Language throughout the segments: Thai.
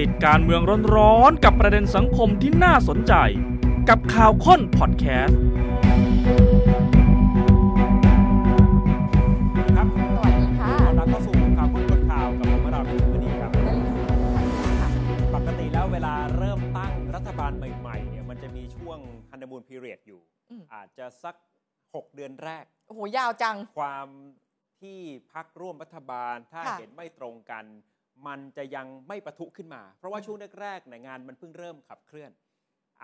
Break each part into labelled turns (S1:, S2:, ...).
S1: ติดการเมืองร้อนๆกับประเด็นสังคมที่น่าสนใจ กับข่าวค้นพอดแคสต์
S2: ครับ
S3: สวัสดีค่ะ
S2: ขอรับเข้าสู่ข่าวค้นคนข่าวกับผมวราวิทย์มณีครับ ปกติแล้วเวลาเริ่มตั้งรัฐบาลใหม่ๆเนี่ยมันจะมีช่วงฮันนีมูนพีเรียดอยู่
S3: อืม
S2: อาจจะสัก 6 เดือนแรก
S3: โอ้โห ยาวจัง
S2: ความที่พักร่วมรัฐบาลถ้า
S3: ค่ะ
S2: เห็นไม่ตรงกัน มันจะยังไม่ประทุขึ้นมา เพราะว่าช่วงแรกๆเนี่ยงานมันเพิ่งเริ่มขับเคลื่อน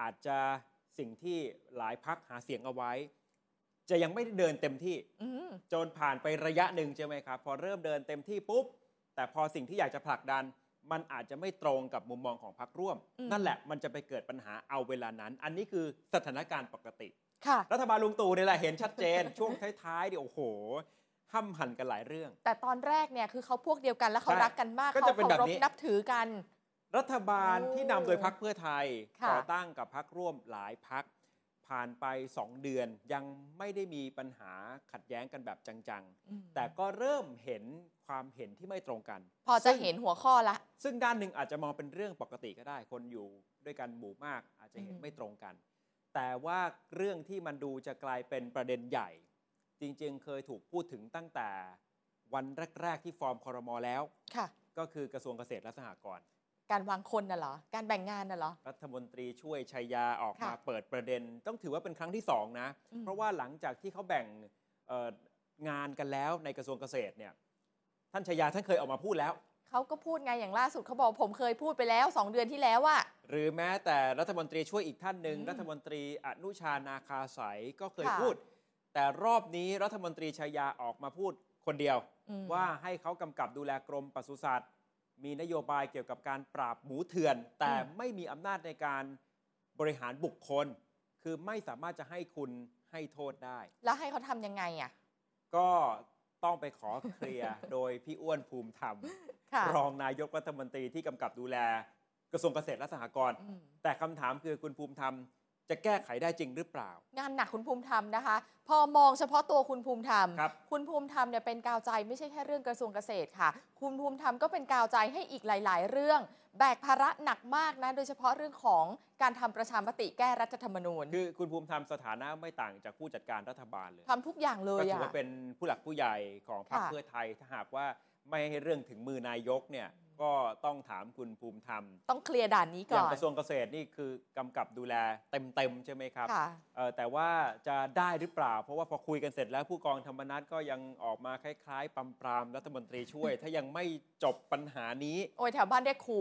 S2: อาจจะสิ่งที่หลายพักหาเสียงเอาไว้ จะยังไม่ได้เดินเต็มที่
S3: อืม
S2: จนผ่านไประยะหนึ่งใช่ไหมครับ พอเริ่มเดินเต็มที่ปุ๊บ แต่พอสิ่งที่อยากจะผลักดัน มันอาจจะไม่ตรงกับมุมมองของพรรคร่วม
S3: อืม
S2: นั่นแหละมันจะไปเกิดปัญหาเอาเวลานั้น อันนี้คือสถานการณ์ปกติ
S3: ค่ะ
S2: รัฐบาลลุงตู่เนี่ยแหละเห็นชัดเจน ช่วงท้ายๆเดี๋ยวโอ้โหห้ำหั่นกันหลายเรื่อง
S3: แต่ตอนแรกเนี่ยคือเขาพวกเดียวกันแล้วเขา
S2: ใช่
S3: รักกันมาก
S2: ก็
S3: เขา
S2: จะเป็น
S3: เคาร
S2: แบ
S3: พ
S2: บนี้
S3: นับถือกัน
S2: รัฐบาล
S3: โอ้
S2: ที่นำโดยพักเพื่อไทย
S3: ค่ะ
S2: ก่อตั้งกับพักร่วมหลายพักผ่านไป 2 เดือน ยังไม่ได้มีปัญหาขัดแย้งกันแบบจัง
S3: อืม
S2: ๆ แต่ก็เริ่มเห็นความเห็นที่ไม่ตรงกัน
S3: พอจะเห็นหัวข้อละ
S2: ซึ่งด้านหนึ่งอาจจะมองเป็นเรื่องปกติก็ได้ คนอยู่ด้วยกันหมู่มากอาจจะเห็น
S3: อือฮึ
S2: ไม่ตรงกัน แต่ว่าเรื่องที่มันดูจะกลายเป็นประเด็นใหญ่ จริงๆ เคยถูกพูดถึงตั้งแต่วันแรก ๆ ที่ฟอร์มคอรมอแล้ว
S3: ค่ะ
S2: ก็คือกระทรวงเกษตรและสหกรณ์
S3: การวางคนน่ะเหรอ การแบ่งงานน่ะเหรอ
S2: รัฐมนตรีช่วยชัยยาออกมา
S3: ค่ะ
S2: เปิดประเด็น ต้องถือว่าเป็นครั้งที่สองนะ
S3: อืม
S2: เพราะว่าหลังจากที่เขาแบ่งเอ่องานกันแล้วในกระทรวงเกษตรเนี่ยท่านชัยยาท่านเคยออกมาพูดแล้ว
S3: เขาก็พูดไงอย่างล่าสุดเขาบอกผมเคยพูดไปแล้ว 2 เดือนที่แล้วว่า
S2: หรือแม้แต่รัฐมนตรีช่วยอีกท่านหนึ่ง
S3: อืม
S2: รัฐมนตรีอนุชานาคาสายก็เคย
S3: ค่ะ
S2: พูด แต่รอบนี้รัฐมนตรีชายาออกมาพูดคนเดียว ว่าให้เขากำกับดูแลกรมปศุสัตว์มีนโยบายเกี่ยวกับการปราบหมูเถื่อน แต่ไม่มีอำนาจในการบริหารบุคคล คือไม่สามารถจะให้คุณให้โทษได้
S3: แล้วให้เขาทำยังไงอ่ะ
S2: ก็ต้องไปขอเคลียร์ โดยพี่อ้วนภูมิธรรม
S3: ค่ะ
S2: รองนายกรัฐมนตรีที่กำกับดูแลกระทรวงเกษตรและสหกรณ์
S3: อืม
S2: แต่คำถามคือคุณภูมิธรรมจะแก้ไขได้จริงหรือเปล่า
S3: งานหนักคุณภูมิธรรมนะคะ พอมองเฉพาะตัวคุณภูมิธรรม
S2: ครับ
S3: คุณภูมิธรรมเนี่ยเป็นกาวใจไม่ใช่แค่เรื่องกระทรวงเกษตรค่ะ คุณภูมิธรรมก็เป็นกาวใจให้อีกหลาย ๆ เรื่อง แบกภาระหนักมากนะ โดยเฉพาะเรื่องของการทำประชามติแก้รัฐธรรมนูญ
S2: คือคุณภูมิธรรมสถานะไม่ต่างจากผู้จัดการรัฐบาลเลย
S3: ทำทุกอย่างเล
S2: ก็
S3: ย
S2: ถื
S3: อะ
S2: ว่าเป็นผู้หลักผู้ใหญ่ของพรรค
S3: ค่ะ
S2: เพื่อไทยถ้าหากว่าไม่ให้เรื่องถึงมือนายกเนี่ยก็ต้องถามคุณภูมิธรรม
S3: ต้องเคลียร์ด่านนี้
S2: อ
S3: ก่
S2: ย่าง
S3: อน
S2: กระทรวงเกษตรนี่คือกำกับดูแลเต็มๆใช่ไหมครับ
S3: ค่ะ
S2: เอ่อแต่ว่าจะได้หรือเปล่า เพราะว่าพอคุยกันเสร็จแล้วผู้กองธรรมนัฐก็ยังออกมาคล้ายๆปำปรามรัฐมนตรีช่วย ถ้ายังไม่จบปัญหานี้
S3: โอ้ยแถวบ้านเรียกครู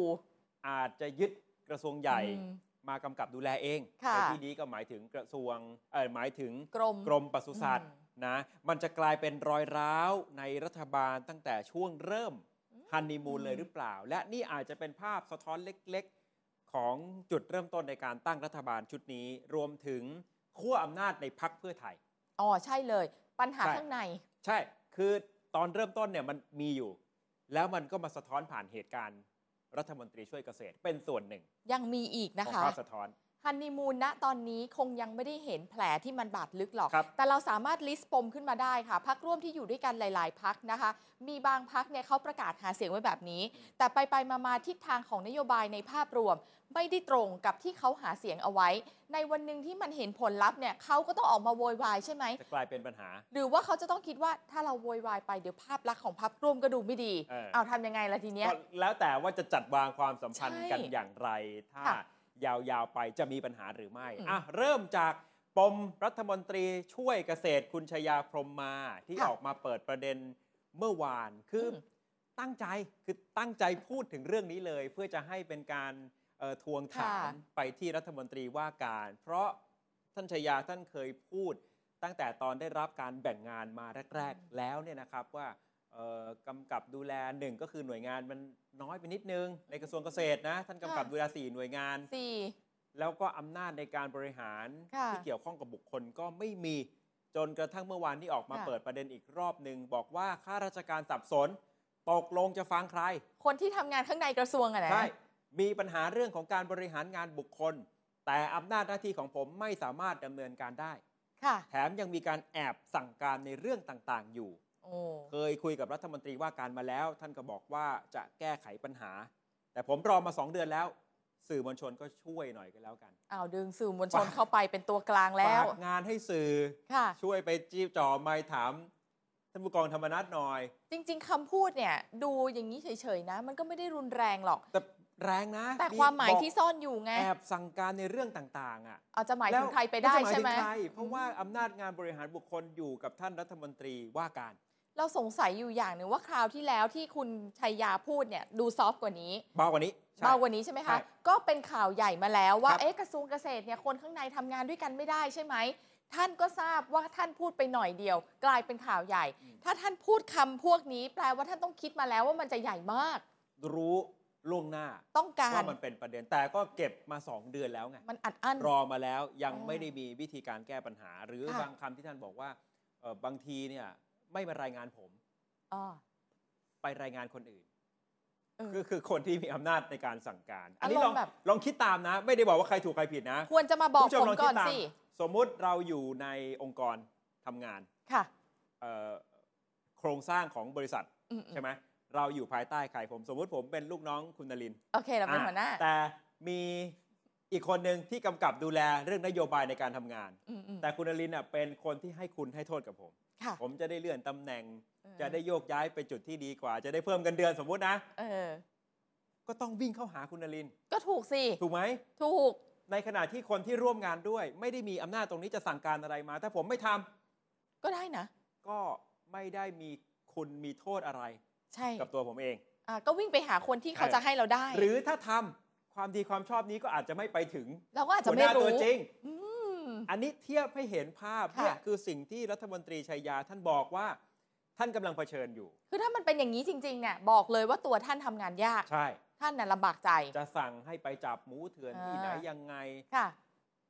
S2: อาจจะยึดกระทรวงใหญ่
S3: อืม
S2: มากำกับดูแลเอง
S3: ค่ะ
S2: ในที่นี้ก็หมายถึงกระทรวงเออหมายถึง
S3: กรม
S2: กรมปศุสัตว์
S3: อื
S2: นะ มันจะกลายเป็นรอยร้าวในรัฐบาลตั้งแต่ช่วงเริ่มฮันนีมูน
S3: อืม
S2: เลยหรือเปล่า และนี่อาจจะเป็นภาพสะท้อนเล็กๆ ของจุดเริ่มต้นในการตั้งรัฐบาลชุดนี้ รวมถึงขั้วอำนาจในพักเพื่อไทย
S3: อ๋อใช่เลย ปัญหา
S2: ใช่
S3: ข้างใน
S2: ใช่ คือตอนเริ่มต้นเนี่ยมันมีอยู่ แล้วมันก็มาสะท้อนผ่านเหตุการณ์ รัฐมนตรีช่วยเกษตรเป็นส่วนหนึ่ง
S3: ยังมีอีกนะ
S2: ของ
S3: คะ
S2: ภาพสะท้อน
S3: ฮันนีมูนณตอนนี้คงยังไม่ได้เห็นแผลที่มันบาดลึกหรอก
S2: ครับ
S3: แต่เราสามารถลิสต์ปมขึ้นมาได้ค่ะพักร่วมที่อยู่ด้วยกันหลาย ๆ พักนะคะ มีบางพักเนี่ยเขาประกาศหาเสียงไว้แบบนี้ แต่ไป ๆ มา ๆ ทิศทางของนโยบายในภาพรวม ไม่ได้ตรงกับที่เขาหาเสียงเอาไว้ ในวันหนึ่งที่มันเห็นผลลัพธ์เนี่ยเขาก็ต้องออกมาโวยวายใช่ไหม
S2: จะกลายเป็นปัญหา
S3: หรือว่าเขาจะต้องคิดว่าถ้าเราโวยวายไปเดี๋ยวภาพลักษณ์ของพักร่วมก็ดูไม่ดี
S2: เออ
S3: เอาทำยังไงล่ะทีเนี้ย
S2: ก็แล้วแต่ว่าจะจัดวางความสัมพันธ์
S3: ใช่
S2: กันอย่างไร ถ้า
S3: ค่ะ
S2: ยาวๆไปจะมีปัญหาหรือไม่
S3: อืม
S2: อ่ะเริ่มจากปมรัฐมนตรีช่วยเกษตรคุณชยาพรหมมา ที่
S3: ค่ะ
S2: ออกมาเปิดประเด็นเมื่อวานคืออ
S3: ม
S2: ตั้งใจคือตั้งใจพูดถึงเรื่องนี้เลย เพื่อจะให้เป็นการเอ่อทวงถามไปที่รัฐมนตรีว่าการ เพราะท่านชยาท่านเคยพูด ตั้งแต่ตอนได้รับการแบ่งงานมาแรก ๆ แล้วเนี่ยนะครับว่า เอ่อกำกับดูแลหนึ่งก็คือหน่วยงานมันน้อยไปนิดนึง ในกระทรวงเกษตรนะท่านกำกับ
S3: ค่ะ
S2: ดูแล4หน่วยงาน
S3: สี่
S2: แล้วก็อำนาจในการบริหาร
S3: ค่ะ
S2: ที่เกี่ยวข้องกับบุคคลก็ไม่มีจนกระทั่งเมื่อวานนี้ออกมา
S3: ค่ะ
S2: เปิดประเด็นอีกรอบหนึ่งบอกว่าข้าราชการสับสนตกลงจะฟังใคร
S3: คนที่ทำงานข้างในกระทรวงอะนะ
S2: ใช่มีปัญหาเรื่องของการบริหารงานบุคคล แต่อำนาจหน้าที่ของผมไม่สามารถดำเนินการได้
S3: ค่ะ
S2: แถมยังมีการแอบสั่งการในเรื่องต่างๆ อยู่
S3: โอ้
S2: เคยคุยกับรัฐมนตรีว่าการมาแล้ว ท่านก็บอกว่าจะแก้ไขปัญหา แต่ผมรอมา 2 เดือนแล้ว สื่อมวลชนก็ช่วยหน่อยก็แล้วกัน
S3: เอาวดึงสื่อมวลชน
S2: ฝาก
S3: เข้าไปเป็นตัวกลางแล้ว
S2: ฝากงานให้สื่อ
S3: ค่ะ
S2: ช่วยไปจีบจ่อไมค์ถามท่านผู้กองธรรมนัฐหน่อย
S3: จริง ๆคำพูดเนี่ย ดูอย่างนี้เฉยๆนะ มันก็ไม่ได้รุนแรงหรอก
S2: แต่แรงนะ
S3: แต่ความหมาย
S2: บอก
S3: ที่ซ่อนอยู่ไง
S2: แอบสั่งการในเรื่องต่างๆอ่ะ
S3: เอาจะหมายถึงใครไป
S2: แล้ว
S3: ได้
S2: จะาย
S3: ใช่
S2: ถึง
S3: ไหม
S2: ครเพราะว่าอำนาจงานบริหารบุคคลอยู่กับท่านรัฐมนตรีว่าการ
S3: เราสงสัยอยู่อย่างหนึ่งว่าคราวที่แล้วที่คุณชัยยาพูดเนี่ย ดูซอฟต์กว่านี้
S2: เบากว่านี้ใช่
S3: เบากว่านี้ใช่ไหม
S2: ใช่
S3: คะ ก็เป็นข่าวใหญ่มาแล้วว่า
S2: ครับ
S3: เอ๊ะกระทรวงเกษตรเนี่ยคนข้างในทำงานด้วยกันไม่ได้ใช่ไหม ท่านก็ทราบว่าท่านพูดไปหน่อยเดียว กลายเป็นข่าวใหญ่
S2: อืม
S3: ถ้าท่านพูดคำพวกนี้ แปลว่าท่านต้องคิดมาแล้วว่ามันจะใหญ่มาก
S2: รู้ล่วงหน้า
S3: ต้องการ
S2: ว่ามันเป็นประเด็นแต่ก็เก็บมา 2 เดือนแล้วไง
S3: มันอัดอั้น
S2: รอมาแล้วยัง
S3: อ่า
S2: ไม่ได้มีวิธีการแก้ปัญหา หรือ
S3: ค่ะ
S2: บางคำที่ท่านบอกว่าเอ่อบางทีเนี่ยไม่มารายงานผม
S3: อ๋อ
S2: ไปรายงานคนอื่น
S3: เออ
S2: คือคือคนที่มีอำนาจในการสั่งการ อันนี้ล
S3: อาร
S2: อ
S3: ม
S2: ง
S3: ณ์แบบ
S2: ลองคิดตามนะ ไม่ได้บอกว่าใครถูกใครผิดนะ
S3: ควรจะมาบอก
S2: คุณผู้ช
S3: ผม
S2: ลง
S3: ก่
S2: คิ
S3: อน
S2: ดตาม
S3: สิ
S2: สมมุติเราอยู่ในองค์กรทำงาน
S3: ค่ะ
S2: เอ่อโครงสร้างของบริษัท
S3: อืมๆ
S2: ใช่ไหมเราอยู่ภายใต้ใครผม สมมุติผมเป็นลูกน้องคุณนลินทร์
S3: โอเค เราเป็น
S2: อ่ะ
S3: หัวหน้า
S2: แต่มีอีกคนหนึ่งที่กำกับดูแลเรื่องนโยบายในการทำงาน
S3: อืมๆ
S2: แต่คุณนลินทร์น่ะเป็นคนที่ให้คุณให้โทษกับผม
S3: ค่ะ
S2: ผมจะได้เลื่อนตำแหน่ง
S3: เออ
S2: จะได้โยกย้ายไปจุดที่ดีกว่า จะได้เพิ่มเงินเดือนสมมุตินะ
S3: เออ
S2: ก็ต้องวิ่งเข้าหาคุณนลินทร์
S3: ก็ถูกสิ
S2: ถูกไหม
S3: ถูก
S2: ในขณะที่คนที่ร่วมงานด้วย ไม่ได้มีอำนาจตรงนี้จะสั่งการอะไรมา ถ้าผมไม่ทำ
S3: ก็ได้นะ
S2: ก็ไม่ได้มีคุณมีโทษอะไร
S3: ใช่
S2: กับตัวผมเอง
S3: อ่ะก็วิ่งไปหาคนที่เขา
S2: เออ
S3: จะให้เราได้
S2: หรือถ้าทำความดีความชอบนี้ก็อาจจะไม่ไปถึง
S3: เราก็อาจจะ
S2: หัวห
S3: ไม่
S2: น้าตั
S3: รู้
S2: วจริง
S3: อืม
S2: อันนี้เทียบให้เห็นภาพ
S3: ค่ะ
S2: เนี่ยคือสิ่งที่รัฐมนตรีชัยยาท่านบอกว่า ท่านกำลังเผชิญอยู่
S3: คือถ้ามันเป็นอย่างนี้จริง ๆ เนี่ย บอกเลยว่าตัวท่านทำงานยาก
S2: ใช่
S3: ท่านน่ะลำบากใจ
S2: จะสั่งให้ไปจับหมูเถื่อน
S3: อ่า
S2: ที่ไหนยังไง
S3: ค่ะ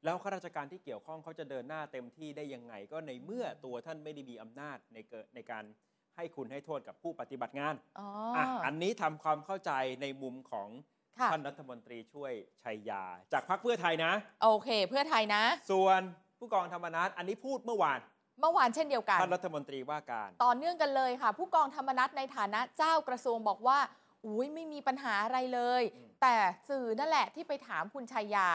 S2: แล้วข้าราชการที่เกี่ยวข้องเขาจะเดินหน้าเต็มที่ได้ยังไง ก็ในเมื่อตัวท่านไม่ได้มีอำนาจในเกิดในการให้คุณให้โทษกับผู้ปฏิบัติงาน
S3: อ๋อ
S2: อ่ะอันนี้ทำความเข้าใจในมุมของ
S3: ค่ะ
S2: ท่านรัฐมนตรีช่วยชัยยา จากพรรคเพื่อไทยนะ
S3: โอเค เพื่อไทยนะ
S2: ส่วนผู้กองธรรมนัฐอันนี้พูดเมื่อวาน
S3: เมื่อวานเช่นเดียวกัน
S2: ท่านรัฐมนตรีว่าการ
S3: ต่อเนื่องกันเลยค่ะ ผู้กองธรรมนัฐในฐานะเจ้ากระทรวงบอกว่าอุ้ยไม่มีปัญหาอะไรเลย
S2: อืม
S3: แต่สื่อนั่นแหละที่ไปถามคุณชัยยา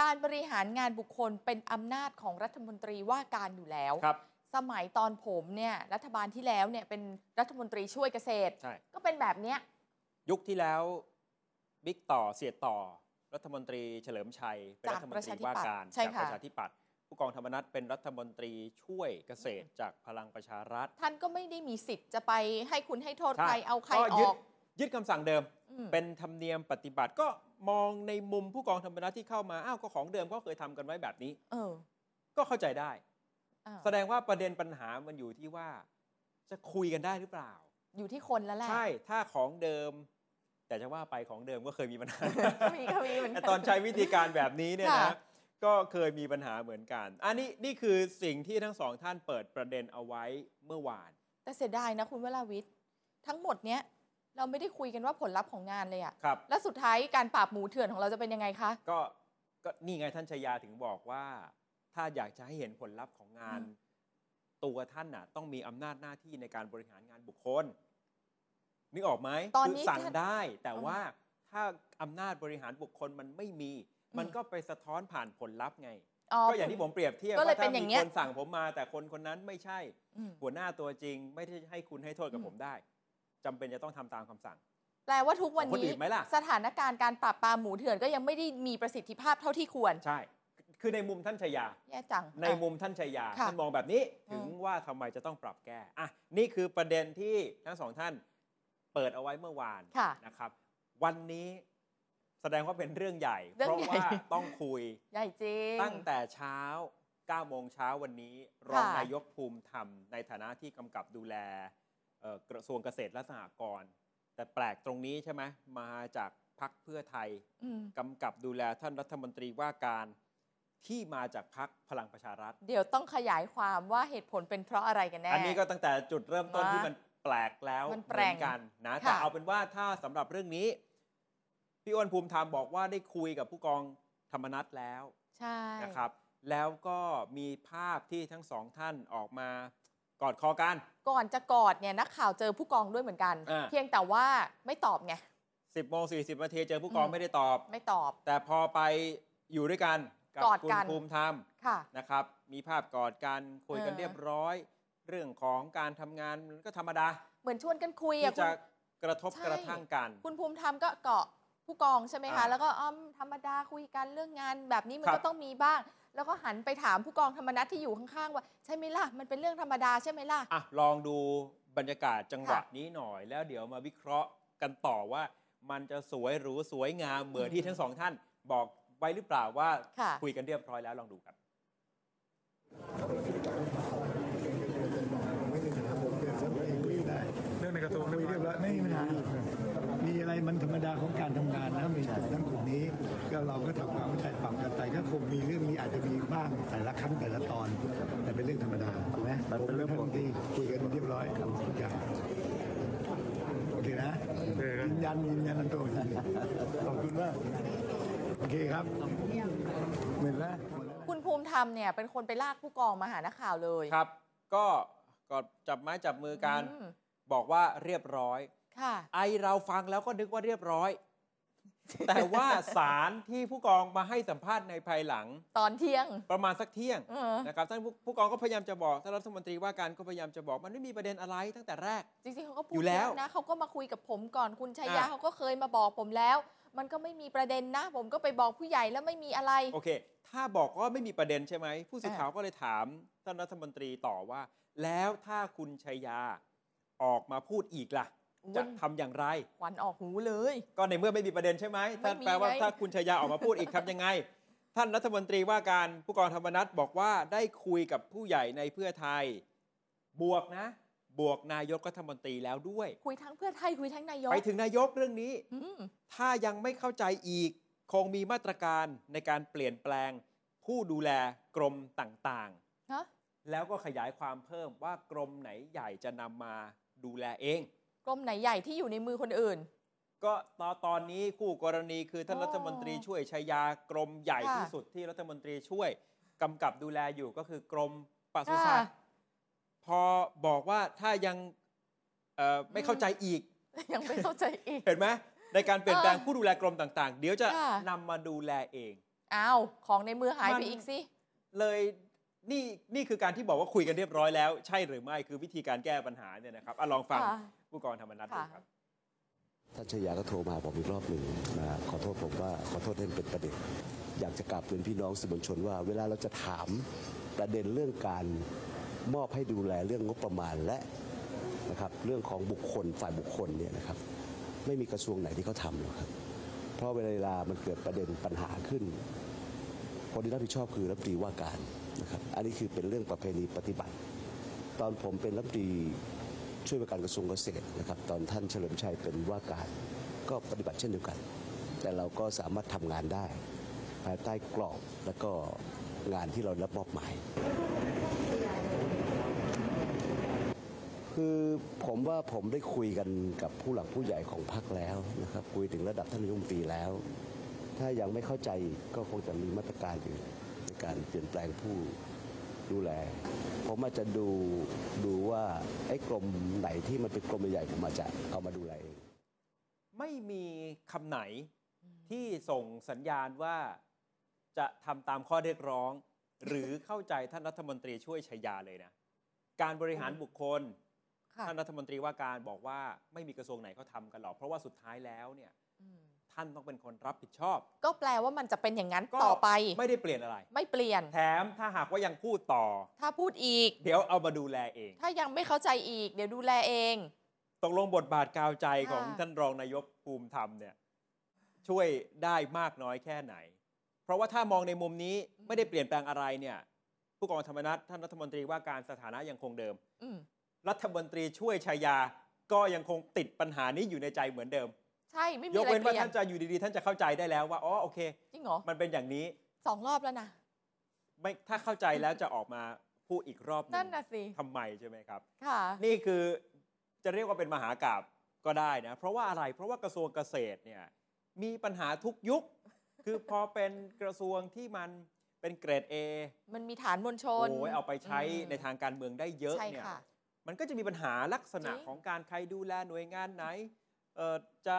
S3: การบริหารงานบุคคลเป็นอำนาจของรัฐมนตรีว่าการอยู่แล้ว
S2: ครับ
S3: สมัยตอนผมเนี่ยรัฐบาลที่แล้วเนี่ยเป็นรัฐมนตรีช่วยเกษตร
S2: ใช่
S3: ก็เป็นแบบเนี้ย
S2: ยุคที่แล้วบิ๊กต่อเสียต่อ รัฐมนตรีเฉลิมชัย เป็นรัฐมนตรีว่าการจากประชาธิปัตย์ผู้กองธรรมนัฐเป็นรัฐมนตรีช่วยเกษตรจากพลังประชารัฐ
S3: ท่านก็ไม่ได้มีสิทธิ์จะไปให้คุณให้โทษ
S2: ใช่
S3: ใครเอาใคร
S2: ก็
S3: อ
S2: ยึ
S3: อ
S2: ด
S3: ก
S2: ยึดคำสั่งเดิม
S3: อืม
S2: เป็นธรรมเนียมปฏิบัติก็มองในมุมผู้กองธรรมนัฐที่เข้ามาอ้าวก็ของเดิมก็เคยทำกันไว้แบบนี้
S3: เออ
S2: ก็เข้าใจได้
S3: อ่า
S2: แสดงว่าประเด็นปัญหามันอยู่ที่ว่า จะคุยกันได้หรือเปล่า
S3: อยู่ที่คนแล้วแหละ
S2: ใช่ ถ้าของเดิม แต่จะว่าไปของเดิมก็เคยมีปัญหา
S3: ก็มีก็มีเหมือนกัน
S2: แต่ตอนใช้วิธีการแบบนี้เนี่ยนะ
S3: ค่ะ
S2: ก็เคยมีปัญหาเหมือนกัน อันนี้นี่คือสิ่งที่ทั้งสองท่านเปิดประเด็นเอาไว้เมื่อวาน
S3: แต่เสียดายนะคุณวราวิทย์ทั้งหมดเนี้ยเราไม่ได้คุยกันว่าผลลัพธ์ของงานเลยอะ
S2: ครับ
S3: แล้วสุดท้ายการปราบหมูเถื่อนของเราจะเป็นยังไงคะ
S2: ก็ก็นี่ไงท่านชายาถึงบอกว่า ถ้าอยากจะให้เห็นผลลัพธ์ของงาน
S3: อืม
S2: ตัวท่านน่ะ ต้องมีอำนาจหน้าที่ในการบริหารงานบุคคลนึกออกไหม
S3: ตอน
S2: คื
S3: นี้
S2: สั่ง
S3: ท่าน
S2: ได้ แต่
S3: อ๋อ
S2: ว่าถ้าอำนาจบริหารบุคคลมันไม่มี
S3: อืม
S2: มันก็ไปสะท้อนผ่านผลลัพธ์ไง
S3: อ๋อ
S2: ก็อย่างที่ผมเปรียบเทียบ
S3: ก็เลย
S2: ว่า
S3: เป็
S2: ถ้าน
S3: อย่าง
S2: มี
S3: เงี้ย
S2: คนสั่งผมมา แต่คนคนนั้นไม่ใช่
S3: อืม
S2: หัวหน้าตัวจริง ไม่ได้ให้คุณให้โทษกับผมได้จำเป็นจะต้องทำตามคำสั่ง
S3: แปลว่าทุกวัน
S2: คนอื่
S3: นี้
S2: นไหมล่ะ
S3: สถานการณ์การปราบปรามหมูเถื่อนก็ยังไม่ได้มีประสิทธิภาพเท่าที่ควร
S2: ใช่ คือในมุมท่านชายา
S3: แย่จัง
S2: ใน
S3: อ่ะ
S2: มุมท่านชัยยา
S3: ค่ะ
S2: ท่านมองแบบนี้
S3: อืม
S2: ถึงว่าทำไมจะต้องปรับแก้อ่ะนี่คือประเด็นที่ทั้งสองท่านเปิดเอาไว้เมื่อวาน
S3: ค่ะ
S2: นะครับ วันนี้แสดงว่าเป็นเรื่องใหญ่
S3: เรื่
S2: เพ
S3: อง
S2: ราะ
S3: ใหญ่
S2: ว่าต้องคุย
S3: ใหญ่จริง
S2: ตั้งแต่เช้า 9 โมงเช้าวันนี้ รองนายกภูมิธรรม ในฐานะที่กำกับดูแลเอ่อกระทรวงเกษตรและสหกรณ์แต่แปลกตรงนี้ใช่ไหมมาจากพักเพื่อไทย
S3: อืม
S2: กำกับดูแลท่านรัฐมนตรีว่าการที่มาจากพักพลังประชารัฐ
S3: เดี๋ยวต้องขยายความว่าเหตุผลเป็นเพราะอะไรกันแน่
S2: อันนี้ก็ตั้งแต่จุดเริ่มต้น
S3: มา
S2: ที่มันแปลกแล้ว
S3: มัน
S2: เห
S3: แปล
S2: มื
S3: ง
S2: อนกันนะ
S3: ค่ะ
S2: แต่เอาเป็นว่าถ้าสำหรับเรื่องนี้ พี่อ้วนภูมิธรรมบอกว่าได้คุยกับผู้กองธรรมนัฐแล้ว
S3: ใช่
S2: นะครับ แล้วก็มีภาพที่ทั้งสองท่านออกมากอดคอกัน
S3: ก่อนจะกอดเนี่ยนักข่าวเจอผู้กองด้วยเหมือนกัน
S2: อ่า
S3: เพียงแต่ว่าไม่ตอบไง
S2: 10โมง40นาทีเจอผู้กอง
S3: อืม
S2: ไม่ได้ตอบ
S3: ไม่ตอบ
S2: แต่พอไปอยู่ด้วยกันกับ
S3: กอด
S2: คุณ
S3: กัน
S2: ภูมิธรรม
S3: ค่ะ
S2: นะครับ มีภาพกอดกันคุยกัน
S3: เออ
S2: เรียบร้อย เรื่องของการทำงานมันก็ธรรมดา
S3: เหมือนชวนกันคุย
S2: ที่
S3: อ่ะคุ
S2: จะ
S3: ณ
S2: กระทบ
S3: ใช่
S2: กระทั่งกัน
S3: คุณภูมิธรรมก็เกาะผู้กองใช่ไหมคะ
S2: อ่า
S3: แล้วก็อ้อมธรรมดาคุยกันเรื่องงานแบบนี้มัน
S2: ครับ
S3: ก็ต้องมีบ้าง แล้วก็หันไปถามผู้กองธรรมนัฐที่อยู่ข้างๆว่า ใช่ไหมล่ะ มันเป็นเรื่องธรรมดาใช่ไหมล่ะ
S2: อ่ะลองดูบรรยากาศจังหวะ
S3: ค่ะ
S2: นี้หน่อย แล้วเดี๋ยวมาวิเคราะห์กันต่อว่า มันจะสวยหรูสวยงามเหมือนที่ทั้งสองท่าน บอกไว้หรือเปล่าว่า
S3: ค่ะ
S2: คุยกันเรียบร้อยแล้วลองดูครับ
S4: ไม่มีปัญหาผมเกิดสักเองคุยได้
S5: เรื่องในกระทรวง
S4: คุยเรียบร้อยไม่มีปัญหามีอะไรมันธรรมดาของการทำงานนะมีกลุ่มนั้นกลุ่มนี้ ก็เราก็ทำความเข้าใจปรับกันไปก็คงมีเรื่องนี้อาจจะมีบ้างแต่ละครั้งแต่ละตอน แต่เป็นเรื่องธรรมดาถูกไหมผมเป็นเรื่องปกติคุยกันเรียบร้อยทุกอย่างโอเคนะ
S5: เออ
S4: ยืนยันยืนยันตัวขอบคุณมากโอเคครับเหมือนแล้ว
S3: คุณภูมิธรรมเนี่ยเป็นคนไปลากผู้กองมาหานักข่าวเลย
S2: ครับ ก็กอดจับไม้จับมือกัน
S3: อืม
S2: บอกว่าเรียบร้อย
S3: ค่ะ
S2: ไอเราฟังแล้วก็นึกว่าเรียบร้อย แต่ว่าสารที่ผู้กองมาให้สัมภาษณ์ในภายหลัง
S3: ตอนเที่ยง
S2: ประมาณสักเที่ยง
S3: เออ
S2: นะครับท่านผู้ผู้กองก็พยายามจะบอกท่านรัฐมนตรีว่าการก็พยายามจะบอกมันไม่มีประเด็นอะไรตั้งแต่แรก
S3: จริงๆเขาก็พู
S2: อยู่
S3: ด
S2: แล้
S3: แล้ว วนะเขาก็มาคุยกับผมก่อนคุณชัยยะ
S2: อ่ะ
S3: เขาก็เคยมาบอกผมแล้ว มันก็ไม่มีประเด็นนะ ผมก็ไปบอกผู้ใหญ่แล้วไม่มีอะไร
S2: โอเค ถ้าบอกว่าไม่มีประเด็นใช่ไหม ผู้สื่อ
S3: อ่า
S2: ข่าวก็เลยถามท่านรัฐมนตรีต่อว่า แล้วถ้าคุณชัยยาออกมาพูดอีกล่ะ จะทำอย่างไร
S3: ขวัญออกหูเลย
S2: ก็ในเมื่อไม่มีประเด็นใช่ไหมท่าน
S3: ไม่มี
S2: แปลว่า
S3: ไง
S2: ถ้าคุณชายาออกมาพูดอีกทำยังไง ท่านรัฐมนตรีว่าการผู้กองธรรมนัฐบอกว่าได้คุยกับผู้ใหญ่ในเพื่อไทย บวกนะ บวกนายกรัฐมนตรีแล้วด้วย
S3: คุยทั้งเพื่อไทยคุยทั้งนายก
S2: ไปถึงนายกเรื่องนี้
S3: อืม
S2: ถ้ายังไม่เข้าใจอีก คงมีมาตรการในการเปลี่ยนแปลง ผู้ดูแลกรมต่าง
S3: ฮะ
S2: ๆ แล้วก็ขยายความเพิ่มว่ากรมไหนใหญ่จะนำมาดูแลเอง
S3: กรมไหนใหญ่ที่อยู่ในมือคนอื่น
S2: ก็ตอนตอนนี้คู่กรณีคือท่าน
S3: อ๋อ
S2: รัฐมนตรีช่วยชัยยากรมใหญ่
S3: ค่ะ
S2: ที่สุดที่รัฐมนตรีช่วยกำกับดูแลอยู่ก็คือกรมปศุสัต
S3: ค่ะ
S2: ว์พอบอกว่าถ้ายังเอ่อไม่
S3: อืม
S2: เข้าใจอีก
S3: ยังไม่เข้าใจอีก
S2: เห็นไหมในการเปลี่ยนแปลง
S3: เออ
S2: ผู้ดูแลกรมต่างๆ เดี๋ยวจะ
S3: ค่ะ
S2: นำมาดูแลเอง
S3: อ้าวของในมือหาย
S2: มัน
S3: ไปอีกสิ
S2: เลยนี่นี่คือการที่บอกว่าคุยกันเรียบร้อยแล้ว ใช่หรือไม่คือวิธีการแก้ปัญหาเนี่ยนะครับอะลองฟัง
S3: ค่ะ
S2: ผู้กองธรรมนัฐดูครับ
S6: ท่านชยาก็โทรมาหาผมอีกรอบหนึ่งมาขอโทษผมว่าขอโทษที่เป็นประเด็น อยากจะกลับเรียนพี่น้องสื่อมวลชนว่า เวลาเราจะถามประเด็นเรื่องการมอบให้ดูแลเรื่องงบประมาณและนะครับเรื่องของบุคคลฝ่ายบุคคลเนี่ยนะครับไม่มีกระทรวงไหนที่เขาทำหรอกครับ เพราะเวลามันเกิดประเด็นปัญหาขึ้น คนที่รับผิดชอบคือรัฐมนตรีว่าการนะครับอันนี้คือเป็นเรื่องประเพณีปฏิบัติ ตอนผมเป็นรัฐมนตรีช่วยว่าการกระทรวงเกษตรนะครับตอนท่านเฉลิมชัยเป็นว่าการก็ปฏิบัติเช่นเดียวกัน แต่เราก็สามารถทำงานได้ ภายใต้กรอบและก็งานที่เรารับมอบหมาย คือผมว่าผมได้คุยกันกับผู้หลักผู้ใหญ่ของพรรคแล้วนะครับคุยถึงระดับท่านนายกรัฐมนตรีแล้ว ถ้ายังไม่เข้าใจก็คงจะมีมาตรการอื่นในการเปลี่ยนแปลงผู้ดูแล ผมอาจจะดูดูว่าไอ้กรมไหนที่มันเป็นกรมใหญ่ๆผมอาจจะเอามาดูแลเอง
S2: ไม่มีคำไหนที่ส่งสัญญาณว่าจะทำตามข้อเรียกร้อง หรือเข้าใจท่านรัฐมนตรีช่วยชายาเลยนะ การบริหารบุคคล
S3: ค่ะ
S2: ท่านรัฐมนตรีว่าการบอกว่าไม่มีกระทรวงไหนเขาทำกันหรอก เพราะว่าสุดท้ายแล้วเนี่ย
S3: อืม
S2: ท่านต้องเป็นคนรับผิดชอบ
S3: ก็แปลว่ามันจะเป็นอย่างนั้น
S2: ก็
S3: ต่อไป
S2: ไม่ได้เปลี่ยนอะไร
S3: ไม่เปลี่ยน
S2: แถมถ้าหากว่ายังพูดต่อ
S3: ถ้าพูดอีก
S2: เดี๋ยวเอามาดูแลเอง
S3: ถ้ายังไม่เข้าใจอีก เดี๋ยวดูแลเอง
S2: ตกลงบทบาทกาวใจของ
S3: ค่ะ
S2: ท่านรองนายกภูมิธรรมเนี่ยช่วยได้มากน้อยแค่ไหน เพราะว่าถ้ามองในมุมนี้ไม่ได้เปลี่ยนแปลงอะไรเนี่ยผู้กองธรรมนัฐท่านรัฐมนตรีว่าการสถานะยังคงเดิม
S3: อืม
S2: รัฐมนตรีช่วยชายา ก็ยังคงติดปัญหานี้อยู่ในใจเหมือนเดิม
S3: ใช่ไม่มี
S2: ยก
S3: อะไร
S2: เว้น
S3: เป
S2: ว่า
S3: ลี่ยน
S2: ท่านจะอยู่ดีๆ ท่านจะเข้าใจได้แล้วว่าอ๋อโอเค
S3: จริงเหรอ
S2: มันเป็นอย่างนี้
S3: สองรอบแล้วนะ
S2: ไม่ถ้าเข้าใจแล้วจะออกมาพูดอีกรอบหนึ
S3: นั่น
S2: ง
S3: น่ะสิ
S2: ทำไมใช่ไหมครับ
S3: ค่ะ
S2: นี่คือจะเรียกว่าเป็นมหากราบก็ได้นะ เพราะว่าอะไรเพราะว่ากระทรวงเกษตรเนี่ยมีปัญหาทุกยุค คือพอเป็นกระทรวงที่มันเป็นเกรด A
S3: มันมีฐานมวลช
S2: โอน ้ยเอาไปใช้
S3: อืม
S2: ในทางการเมืองได้เยอะ
S3: ใช่
S2: เนี่ย
S3: ค่ะ
S2: มันก็จะมีปัญหาลักษณะ
S3: จริง
S2: ของการใครดูแลหน่วยงานไหนเอ่อจะ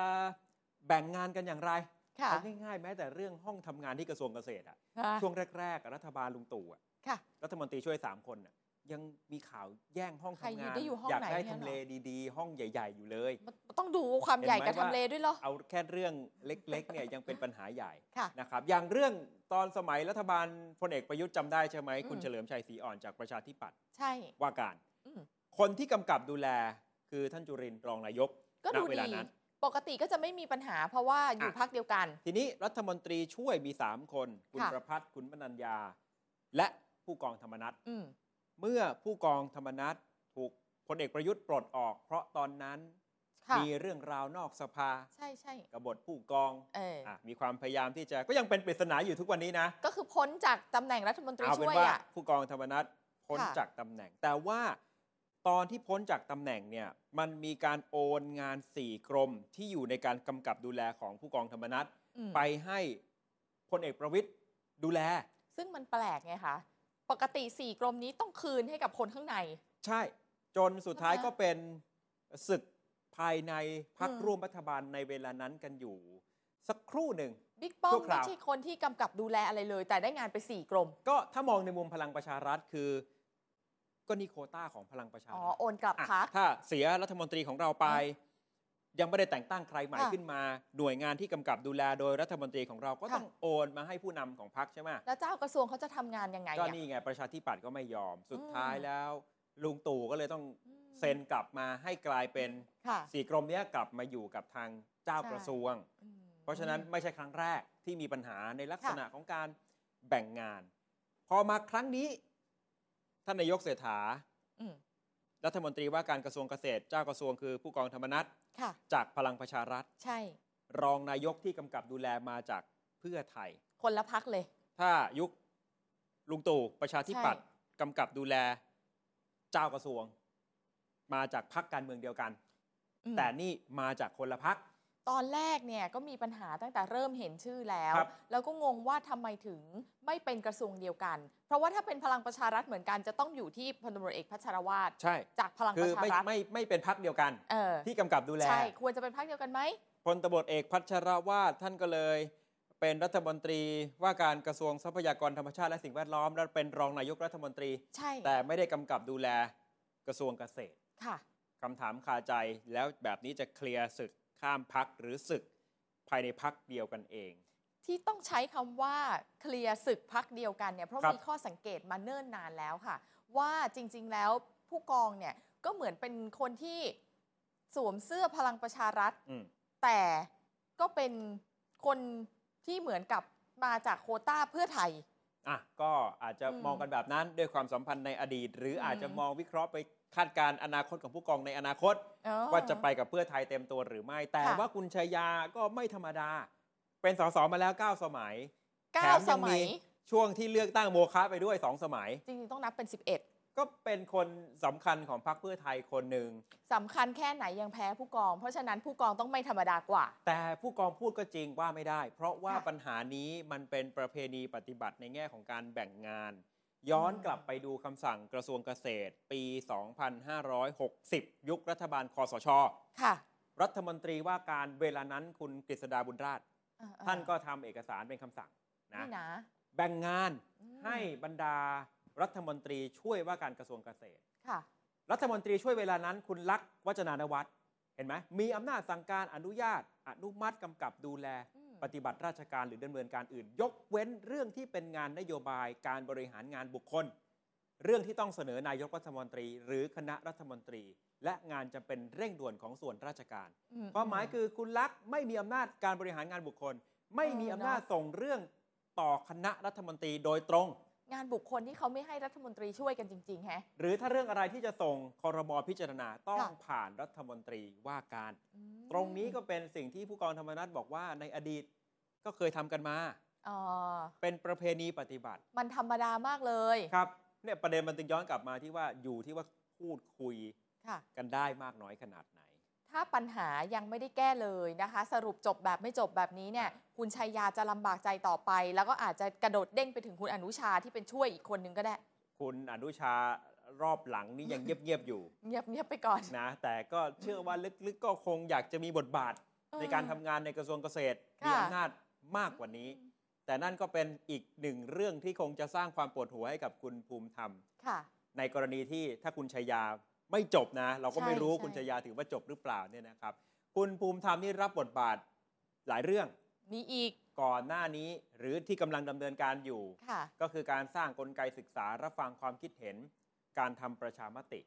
S2: แบ่งงานกันอย่างไร
S3: ค่ะ
S2: เอาง่ายๆแม้แต่เรื่องห้องทำงานที่กระทรวงเกษตรอะ
S3: ค่ะ
S2: ช่วงแรกๆอะรัฐบาลลุงตู่อะ
S3: ค่ะ
S2: รัฐมนตรีช่วย 3 คนอะยังมีข่าวแย่งห้อง
S3: ใครอ
S2: ทำ
S3: ยู่
S2: งาน
S3: ได้อยู่ห้อง
S2: ยาก
S3: ไหน
S2: ได้
S3: เนี่ย
S2: ทำเล
S3: เหรอ
S2: ดีๆ ห้องใหญ่ ๆ อยู่เลย
S3: มันต้องดูความใหญ่กับ
S2: เห็นไหมว่า
S3: ทำเลด้วยเหรอ
S2: เอาแค่เรื่องเล็กๆเนี่ยยังเป็นปัญหาใหญ่
S3: ค่ะ
S2: นะครับ อย่างเรื่องตอนสมัยรัฐบาลพลเอกประยุทธ์จำได้ใช่ไหมคุณ
S3: อืม
S2: เฉลิมชัยศรีอ่อนจากประชาธิปัตย์
S3: ใช่
S2: ว่าการ
S3: อืม
S2: คนที่กำกับดูแลคือท่านจุรินทร์รองนายก
S3: ก็
S2: ณ
S3: ดู
S2: เว
S3: ดี
S2: ลานั้น
S3: ปกติก็จะไม่มีปัญหาเพราะว่าอยู่
S2: อ่ะ
S3: พักเดียวกัน
S2: ทีนี้รัฐมนตรีช่วยมี 3 คน คุณ
S3: ค่ะ
S2: ประพัฒน์คุณมนัญญา และผู้กองธรรมนัฐ
S3: อืม
S2: เมื่อผู้กองธรรมนัฐถูกพลเอกประยุทธ์ปลดออก เพราะตอนนั้น
S3: ค่ะ
S2: มีเรื่องราวนอกสภา
S3: ใช่ใช่
S2: กบฏผู้กอง
S3: เอออ
S2: ะมีความพยายามที่จะก็ยังเป็นปริศนาอยู่ทุกวันนี้นะ
S3: ก็คือพ้นจากตำแหน่งรัฐมนตรี
S2: เอาเป็
S3: ช่วย
S2: นว่า
S3: อ่ะ
S2: ผู้กองธรรมนัฐพ้น
S3: ค่ะ
S2: จากตำแหน่ง แต่ว่าตอนที่พ้นจากตำแหน่งเนี่ยมันมีการโอนงานสี่กรมที่อยู่ในการกำกับดูแลของผู้กองธรรมนัฐ
S3: อืม
S2: ไปให้พลเอกประวิทย์ดูแล
S3: ซึ่งมันแปลกไงคะ ปกติสี่กรมนี้ต้องคืนให้กับคนข้างใน
S2: ใช่ จนสุดท้าย
S3: ทำไม
S2: ก็เป็นศึกภายในพัก
S3: อืม
S2: ร่วมรัฐบาลในเวลานั้นกันอยู่ สักครู่หนึ่ง
S3: บิ๊กป้อ
S2: ชั่
S3: ม
S2: วค
S3: ไม่
S2: ราว
S3: ใช่คนที่กำกับดูแลอะไรเลย แต่ได้งานไปสี่กรม
S2: ก็ถ้ามองในมุมพลังประชารัฐคือ ก็นี่โควต้าของพลังประชา
S3: อ๋อ
S2: รัฐ
S3: โอนกลับ
S2: อ่ะ
S3: พัก
S2: ถ้าเสียรัฐมนตรีของเราไป
S3: อ่
S2: ยังไม่ได้แต่งตั้งใครใหม่
S3: ค่ะ
S2: ขึ้นมา หน่วยงานที่กำกับดูแลโดยรัฐมนตรีของเราก็
S3: ค่ะ
S2: ต้องโอนมาให้ผู้นำของพรรคใช่ไหม
S3: แล้วเจ้ากระทรวงเขาจะทำงานยังไง
S2: ก็
S3: อ่ะ
S2: นี่ไงประชาธิปัตย์ก็ไม่ยอมสุด
S3: อืม
S2: ท้ายแล้ว ลุงตู่ก็เลยต้อง
S3: อืม
S2: เซ็นกลับมาให้กลายเป็น
S3: ค่ะ
S2: สี่กรมเนี้ยกลับมาอยู่กับทางเจ้า
S3: ใช่
S2: กระทรวง
S3: อืม
S2: เพราะฉะนั้นไม่ใช่ครั้งแรกที่มีปัญหาในลักษณะของการแบ่งงาน พอมาครั้งนี้ท่านนายกเศรษฐา
S3: อืม
S2: รัฐมนตรีว่าการกระทรวงเกษตร เจ้ากระทรวงคือผู้กองธรรมนัฐ
S3: ค่ะ
S2: จากพลังประชารัฐ
S3: ใช่
S2: รองนายกที่กำกับดูแลมาจากเพื่อไทย
S3: คนละพักเลย
S2: ถ้ายุคลุงตู่ประชาธิปัตย์กำกับดูแลเจ้ากระทรวง มาจากพักการเมืองเดียวกัน
S3: อืม
S2: แต่นี่มาจากคนละพัก
S3: ตอนแรกเนี่ยก็มีปัญหาตั้งแต่เริ่มเห็นชื่อแล้ว
S2: ครับ
S3: แล้วก็งงว่าทำไมถึงไม่เป็นกระทรวงเดียวกัน เพราะว่าถ้าเป็นพลังประชารัฐเหมือนกันจะต้องอยู่ที่พลตำรวจเอกพัชรวาท
S2: ใช่
S3: จากพลัง
S2: คื
S3: ประ
S2: อ
S3: ชา
S2: ไม่
S3: รัฐ
S2: ไม่ไม่เป็นพักเดียวกัน
S3: เออ
S2: ที่กำกับดูแล
S3: ใช่ควรจะเป็นพักเดียวกันไหม
S2: พลตบทเอกพัชรวาทท่านก็เลย เป็นรัฐมนตรีว่าการกระทรวงทรัพยากรธรรมชาติและสิ่งแวดล้อม และเป็นรองนายกรัฐมนตรี
S3: ใช่
S2: แต่ไม่ได้กำกับดูแลกระทรวงเกษตร
S3: ค่ะ
S2: คำถามคาใจแล้วแบบนี้จะเคลียร์ศึกข้ามพักหรือศึกภายในพักเดียวกันเอง
S3: ที่ต้องใช้คำว่าเคลียร์ศึกพักเดียวกันเนี่ยเพราะ
S2: ครับ
S3: มีข้อสังเกตมาเนิ่นนานแล้วค่ะ ว่าจริงๆแล้วผู้กองเนี่ยก็เหมือนเป็นคนที่สวมเสื้อพลังประชารัฐ
S2: อืม
S3: แต่ก็เป็นคนที่เหมือนกับมาจากโควต้าเพื่อไทย
S2: อ่ะก็อาจจะ
S3: อืม
S2: มองกันแบบนั้นด้วยความสัมพันธ์ในอดีต หรืออาจจะมองวิเคราะห์ไปคาดการณ์อนาคตของผู้กองในอนาคต
S3: อ๋อ
S2: ว่าจะไปกับเพื่อไทยเต็มตัวหรือไม่ แต่
S3: ค่ะ
S2: ว่าคุณชัยยาก็ไม่ธรรมดา เป็นสสมาแล้ว 9 สมัยแถ
S3: เก้าม ส
S2: ยัง
S3: มั
S2: มี
S3: ย
S2: ช่วงที่เลือกตั้งโมคะไปด้วย 2 สมัย
S3: จริงๆ ต้องนับเป็น 11
S2: ก็เป็นคนสำคัญของพรรคเพื่อไทยคนหนึ่ง
S3: สำคัญแค่ไหนยังแพ้ผู้กอง เพราะฉะนั้นผู้กองต้องไม่ธรรมดากว่า
S2: แต่ผู้กองพูดก็จริงว่าไม่ได้ เพราะว่า
S3: ค่ะ
S2: ปัญหานี้มันเป็นประเพณีปฏิบัติในแง่ของการแบ่งงาน ย้อน
S3: อืม
S2: กลับไปดูคำสั่งกระทรวงเกษตร ปี 2560 ยุครัฐบาลคอสช
S3: ค่ะ
S2: รัฐมนตรีว่าการเวลานั้นคุณกฤษดาบุญราช
S3: เออๆ
S2: ท่านก็ทำเอกสารเป็นคำสั่งนะ
S3: นี่นะ
S2: แบ่งงาน
S3: อืม
S2: ให้บรรดารัฐมนตรีช่วยว่าการกระทรวงเกษตร
S3: ค่ะ
S2: รัฐมนตรีช่วยเวลานั้นคุณลักษณ์วัจนานวัตรเห็นไหมมีอำนาจสั่งการอนุญาต อนุมัติกำกับดูแล
S3: อืม
S2: ปฏิบัติราชการหรือดำเนินการอื่น ยกเว้นเรื่องที่เป็นงานนโยบายการบริหารงานบุคคล เรื่องที่ต้องเสนอนายกรัฐมนตรี หรือคณะรัฐมนตรี และงานจะเป็นเร่งด่วนของส่วนราชการ
S3: อืม
S2: ความหมายคือคุณลักษณ์ไม่มีอำนาจการบริหารงานบุคคล ไม่มี
S3: เออ
S2: อำ
S3: เนอะ
S2: นาจส่งเรื่องต่อคณะรัฐมนตรีโดยตรง
S3: งานบุคคลที่เขาไม่ให้รัฐมนตรีช่วยกันจริง ๆ แฮะ
S2: หรือถ้าเรื่องอะไรที่จะส่งคอรมอพิจารณาต้อง
S3: ค่ะ
S2: ผ่านรัฐมนตรีว่าการ
S3: อืม
S2: ตรงนี้ก็เป็นสิ่งที่ผู้กองธรรมนัฐบอกว่าในอดีตก็เคยทำกันมา
S3: อ๋อ
S2: เป็นประเพณีปฏิบัติ
S3: มันธรรมดามากเลย
S2: ครับเนี่ยประเด็นมันตึงย้อนกลับมาที่ว่าอยู่ที่ว่าพูดคุย
S3: ค่ะ
S2: กันได้มากน้อยขนาดไหน
S3: ถ้าปัญหายังไม่ได้แก้เลยนะคะ สรุปจบแบบไม่จบแบบนี้เนี่ย คุณชัยยาจะลำบากใจต่อไป แล้วก็อาจจะกระโดดเด้งไปถึงคุณอนุชาที่เป็นช่วยอีกคนนึงก็ได้
S2: คุณอนุชารอบหลังนี่ยังเงียบ ๆ อยู่
S3: เงียบเงียบไปก่อน
S2: นะ แต่ก็เชื่อว่าลึก ๆ ก็คงอยากจะมีบทบาท ในการทำงานในกระทรวงเกษตรมี
S3: ค่ะ
S2: อำนาจมากกว่านี้ แต่นั่นก็เป็นอีกหนึ่งเรื่องที่คงจะสร้างความปวดหัวให้กับคุณภูมิธรรม
S3: ค่ะ
S2: ในกรณีที่ถ้าคุณชัยยาไม่จบนะ เราก็ไม่
S3: ใช่
S2: รู้
S3: ใช่
S2: คุณชัยยาถือว่าจบหรือเปล่าเนี่ยนะครับ คุณภูมิธรรมนี่รับบทบาทหลายเรื่อง
S3: มีอีก
S2: ก่อนหน้านี้ หรือที่กำลังดำเนินการอยู่
S3: ค่ะ
S2: ก็คือการสร้างกลไกศึกษารับฟังความคิดเห็น การทำประชามติ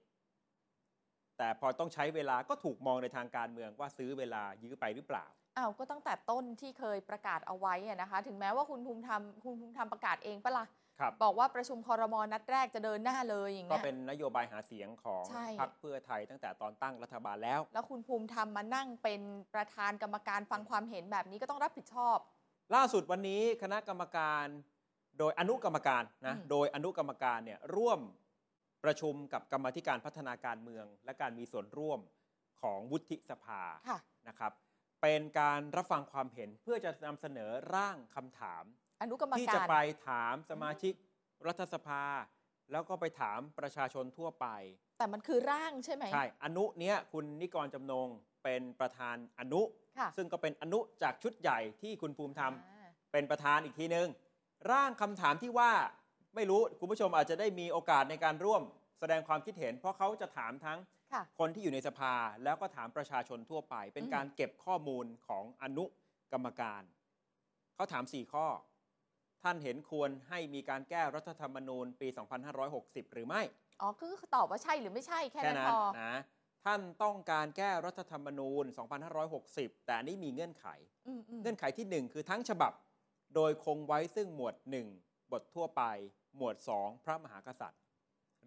S2: แต่พอต้องใช้เวลาก็ถูกมองในทางการเมืองว่าซื้อเวลายื้อไปหรือเปล่า
S3: อ้าวก็ตั้งแต่ต้นที่เคยประกาศเอาไว้อะนะคะ ถึงแม้ว่าคุณภูมิธรรมคุณภูมิธรรมประกาศเองปะล่ะ
S2: ครับ
S3: บอกว่าประชุมคอรมอนัดแรกจะเดินหน้าเลยอย่าง
S2: ก็
S3: เงี้ย
S2: เป็นนโยบายหาเสียงของ
S3: ใช่
S2: พรรคเพื่อไทยตั้งแต่ตอนตั้งรัฐบาลแล้ว
S3: แล้วคุณภูมิธรรมมานั่งเป็นประธานกรรมการฟังความเห็นแบบนี้ก็ต้องรับผิดชอบ
S2: ล่าสุดวันนี้คณะกรรมการโดยอนุกรรมการนะ
S3: อืม
S2: โดยอนุกรรมการเนี่ยร่วมประชุมกับกรรมาธิการพัฒนาการเมือง และการมีส่วนร่วมของวุฒิสภา
S3: ค่ะ
S2: นะครับเป็นการรับฟังความเห็นเพื่อจะนำเสนอร่างคำถาม
S3: อนุกรรม
S2: ที่
S3: กา
S2: จะ
S3: ร
S2: ไปถามสมาชิกรัฐสภา แล้วก็ไปถามประชาชนทั่วไป
S3: แต่มันคือร่างใช่ไหม
S2: ใช่อนุเนี้ยคุณนิกรจำนงเป็นประธานอนุ
S3: ค่ะ
S2: ซึ่งก็เป็นอนุจากชุดใหญ่ที่คุณภูมิธรรม
S3: อ่า
S2: เป็นประธานอีกทีหนึง่งร่างคำถามที่ว่าไม่รู้คุณผู้ชมอาจจะได้มีโอกาสในการร่วม แสดงความคิดเห็น เพราะเขาจะถามทั้ง
S3: ค่ะ
S2: คนที่อยู่ในสภา แล้วก็ถามประชาชนทั่วไป เป็น
S3: อืม
S2: การเก็บข้อมูลของอนุกรรมการ เขาถาม 4 ข้อ ท่านเห็นควรให้มีการแก้รัฐธรรมนูญปี 2560 หรือไม่
S3: อ๋อก็คือตอบว่าใช่หรือไม่ใช่แค่
S2: แค่
S3: นั้น
S2: นั้
S3: พ
S2: น
S3: อ
S2: นะท่านต้องการแก้รัฐธรรมนูญ 2560 แต่อันนี้มีเงื่อนไข
S3: อืมอืม
S2: เงื่อนไขที่ 1 คือทั้งฉบับ โดยคงไว้ซึ่งหมวด 1 บททั่วไป หมวด 2 พระมหากษัตริย์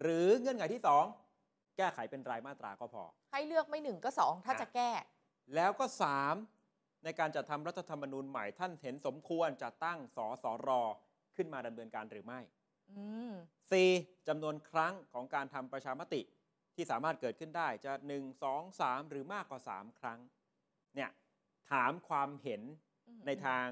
S2: หรือเงื่อนไขที่ 2 แก้ไขเป็นรายมาตราก็พอ
S3: ให้เลือกไม่หนึ่งก็สองถ้า
S2: อ่ะ
S3: จะแก้
S2: แล้วก็ 3 ในการจัดทำรัฐธรรมนูญใหม่ท่านเห็นสมควรจะตั้งสสรขึ้นมาดำเนินการหรือไม่
S3: อืม
S2: 4จำนวนครั้งของการทำประชามติที่สามารถเกิดขึ้นได้จะ 1 2 3 หรือมากกว่า 3 ครั้งเนี่ยถามความเห็น
S3: อืม
S2: ในทาง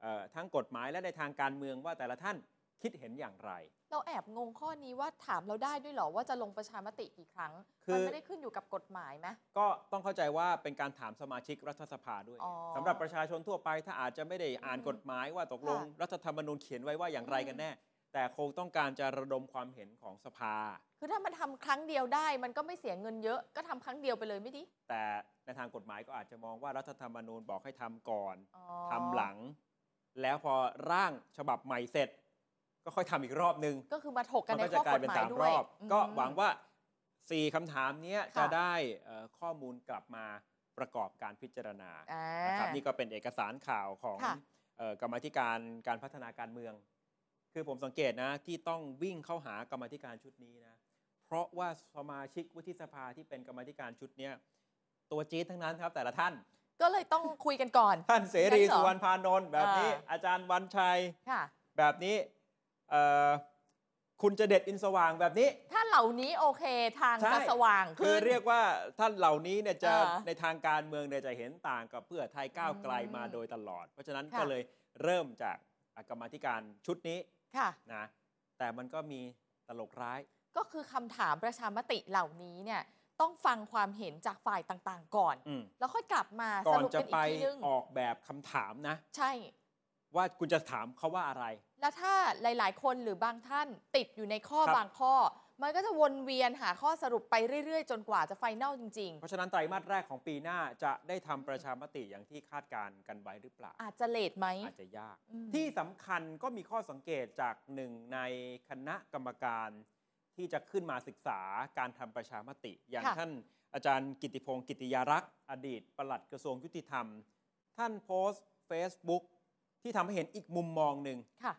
S2: เอ่อทั้งกฎหมายและในทางการเมืองว่าแต่ละท่านคิดเห็นอย่างไร
S3: เราแอบงงข้อนี้ว่าถามเราได้ด้วยเหรอว่าจะลงประชามติกี่ครั้ง
S2: คือ
S3: มันไม่ได้ขึ้นอยู่กับกฎหมายไหม
S2: ก็ต้องเข้าใจว่าเป็นการถามสมาชิกรัฐสภาด้วย
S3: อ๋อ
S2: สำหรับประชาชนทั่วไปถ้าอาจจะไม่ได้อ่าน
S3: อืม
S2: กฎหมายว่าตกลง
S3: ค่ะ
S2: รัฐธรรมนูญเขียนไว้ว่าอย่างไร
S3: อืม
S2: กันแน่ แต่คงต้องการจะระดมความเห็นของสภา
S3: คือถ้ามันทำครั้งเดียวได้ มันก็ไม่เสียเงินเยอะก็ทำครั้งเดียวไปเลยไม่ดี
S2: แต่ในทางกฎหมายก็อาจจะมองว่ารัฐธรรมนูญบอกให้ทำก่อน
S3: อ๋อ
S2: ทำหลัง แล้วพอร่างฉบับใหม่เสร็จ ก็ค่อยทำอีกรอบนึง
S3: ก็คือมาถกกั
S2: มัน น
S3: ในข้
S2: ก็จะ
S3: อก
S2: ลาย
S3: ฎ
S2: เป็น
S3: หมา
S2: สาย ม
S3: ด้
S2: ร
S3: วย
S2: อบ
S3: ม
S2: ก็หวังว่า 4คำถามเนี้ย
S3: ค่ะ
S2: จะได้เอ่อข้อมูลกลับมาประกอบการพิจารณา
S3: อ่า
S2: นะครับนี่ก็เป็นเอกสารข่าวของ
S3: ค่ะ
S2: เอ่อกรรมาธิการการพัฒนาการเมือง คือผมสังเกตนะที่ต้องวิ่งเข้าหากรรมาธิการชุดนี้นะเพราะว่าสมาชิกวุฒิสภาที่เป็นกรรมาธิการชุดเนี้ยตัวจี๊ดทั้งนั้นครับแต่ละท่าน
S3: ก็เลยต้องคุยกันก่อน
S2: ท่านเสรี
S3: งั้นเหรอ
S2: สุวรรณพานนท์แบบนี้
S3: อ่า
S2: อาจารย์วันชัย
S3: ค่ะ
S2: แบบนี้เอ่อคุณจะเด็ดอินสว่างแบบนี้
S3: ถ้าเหล่านี้โอเคทาง
S2: ใช่
S3: จะสว่าง
S2: คื
S3: ขึ้
S2: อน เรียกว่าท่านเหล่านี้เนี่ยจะ
S3: อ่า
S2: ในทางการเมืองเนี่ยจะเห็นต่างกับเพื่อไทยก้าวไกลมา
S3: อืม
S2: โดยตลอด เพราะฉะนั้น
S3: ค่ะ
S2: ก็เลยเริ่มจากกรรมาธิการชุดนี้
S3: ค่ะ
S2: นะแต่มันก็มีตลกร้าย
S3: ก็คือคำถามประชามติเหล่านี้เนี่ยต้องฟังความเห็นจากฝ่ายต่างๆ ก่อน
S2: อืม
S3: แล้วค่อยกลับมา
S2: ก่
S3: ส
S2: อน
S3: รุป
S2: จะ
S3: กันอี
S2: ไป
S3: กทีนึง
S2: ออกแบบคำถามนะ
S3: ใช่
S2: ว่าคุณจะถามเขาว่าอะไร
S3: แล้วถ้าหลาย ๆ คนหรือบางท่านติดอยู่ในข้อ
S2: ครับ
S3: บางข้อ มันก็จะวนเวียนหาข้อสรุปไปเรื่อย ๆ จนกว่าจะไฟแนลจริง
S2: เพราะฉะนั้นไตรมาสแรกของปีหน้าจะได้ทำประชามติอย่างที่คาดการณ์กันไว้หรือเปล่า
S3: ๆ อาจจะเลทไหม
S2: อาจจะยาก
S3: อืม
S2: ที่สำคัญก็มีข้อสังเกตจากหนึ่งในคณะกรรมการที่จะขึ้นมาศึกษาการทำประชามติ อย่างท่านอาจารย์กิติพงศ์กิติยารักษ์อดีตปลัดกระทรวงยุติธรรม ท่านโพสต์ Facebook ที่ทำให้เห็นอีกมุมมองหนึ่ง
S3: ค่ะ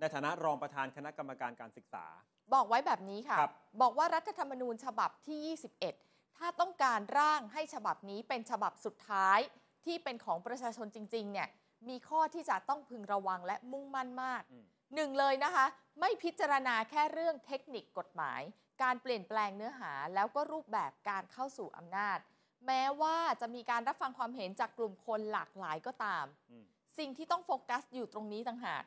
S2: ในฐานะรองประธานคณะกรรมการการศึกษา
S3: บอกไว้แบบนี้ค่ะ
S2: ครับ
S3: บอกว่ารัฐธรรมนูญฉบับที่ 21 ถ้าต้องการร่างให้ฉบับนี้เป็นฉบับสุดท้ายที่เป็นของประชาชนจริง ๆ เนี่ย มีข้อที่จะต้องพึงระวังและมุ่งมั่นมาก
S2: อืม
S3: หนึ่งเลยนะคะ ไม่พิจารณาแค่เรื่องเทคนิคกฎหมาย การเปลี่ยนแปลงเนื้อหาแล้วก็รูปแบบการเข้าสู่อำนาจ แม้ว่าจะมีการรับฟังความเห็นจากกลุ่มคนหลากหลายก็ตาม
S2: อืม
S3: สิ่งที่ต้องโฟกัสอยู่ตรงนี้ต่างหาก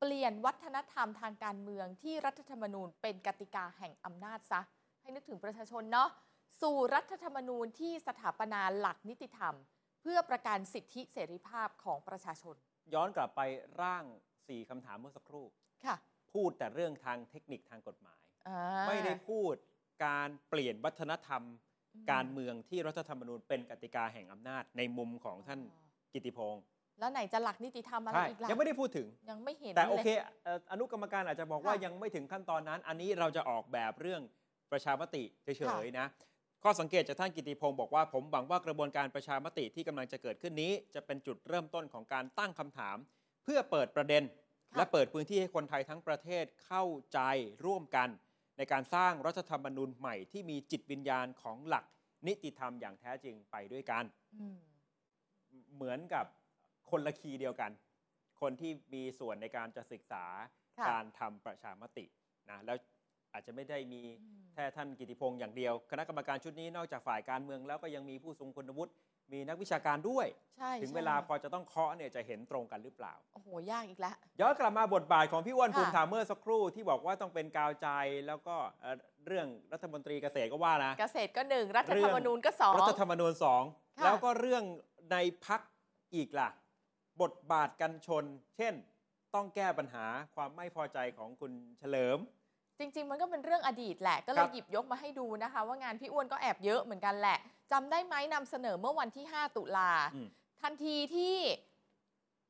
S3: เปลี่ยนวัฒนธรรมทางการเมืองที่รัฐธรรมนูญเป็นกติกาแห่งอำนาจซะ ให้นึกถึงประชาชนเนาะสู่รัฐธรรมนูญที่สถาปนาหลักนิติธรรม เพื่อประกันสิทธิเสรีภาพของประชาชน
S2: ย้อนกลับไปร่าง 4คำถามเมื่อสักครู่
S3: ค่ะ
S2: พูดแต่เรื่องทางเทคนิคทางกฎหมาย
S3: อ่า
S2: ไม่ได้พูดการเปลี่ยนวัฒนธรรม การเมืองที่รัฐธรรมนูญเป็นกติกาแห่งอำนาจในมุมของท่านกิติพงศ์
S3: แล้วไหนจะหลักนิติธรรมอะไร
S2: ใช่
S3: อีกล่ะ
S2: ยังไม่ได้พูดถึง
S3: ยังไม่เห็น
S2: แต่โอเค
S3: ลย
S2: เอ่ออนุกรรมการอาจจะบอกว่า
S3: ค่ะ
S2: ยังไม่ถึงขั้นตอนนั้น อันนี้เราจะออกแบบเรื่องประชามติเฉยๆ
S3: ค่ะ
S2: นะ ข้อสังเกตจากท่านกิติพงศ์บอกว่าผมหวังว่ากระบวนการประชามติที่กำลังจะเกิดขึ้นนี้ จะเป็นจุดเริ่มต้นของการตั้งคำถาม เพื่อเปิดประเด็น
S3: ค่ะ
S2: และเปิดพื้นที่ให้คนไทยทั้งประเทศเข้าใจร่วมกัน ในการสร้างรัฐธรรมนูญใหม่ที่มีจิตวิญญาณของหลักนิติธรรมอย่างแท้จริงไปด้วยกัน
S3: อืม
S2: เหมือนกับคนละคีย์เดียวกัน คนที่มีส่วนในการจะศึกษา
S3: ค่ะ
S2: การทำประชามตินะแล้วอาจจะไม่ได้มี
S3: อืม
S2: แค่ท่านกิติพงษ์อย่างเดียว คณะกรรมการชุดนี้นอกจากฝ่ายการเมืองแล้วก็ยังมีผู้ทรงคุณวุฒิมีนักวิชาการด้วย
S3: ใช่
S2: ถึง
S3: ใช่
S2: เวลาพอจะต้องเคาะเนี่ยจะเห็นตรงกันหรือเปล่า
S3: โอ้โหยากอีกแล้ว
S2: ย้อนกลับมาบทบาทของพี่อ้วน
S3: ค่ะ
S2: ภูมิธรรมเมื่อสักครู่ที่บอกว่าต้องเป็นกาวใจแล้วก็เอ่อเรื่องรัฐมนตรีเกษตรก็ว่านะ
S3: เกษตรก็หนึ่งรัฐธรรมนูญก็สอง
S2: รัฐธรรมนูญสอง
S3: ค่ะ
S2: แล้วก็เรื่องในพักอีกล่ะ บทบาทกันชน เช่น ต้องแก้ปัญหาความไม่พอใจของคุณเฉลิม
S3: จริง ๆ มันก็เป็นเรื่องอดีตแหละ ก็เล
S2: ครั
S3: ย
S2: บ
S3: หยิบยกมาให้ดูนะคะ ว่างานพี่อ้วนก็แอบเยอะเหมือนกันแหละจำได้ไหมนำเสนอเมื่อวันที่ 5 ตุลา
S2: อืม
S3: ทันทีที่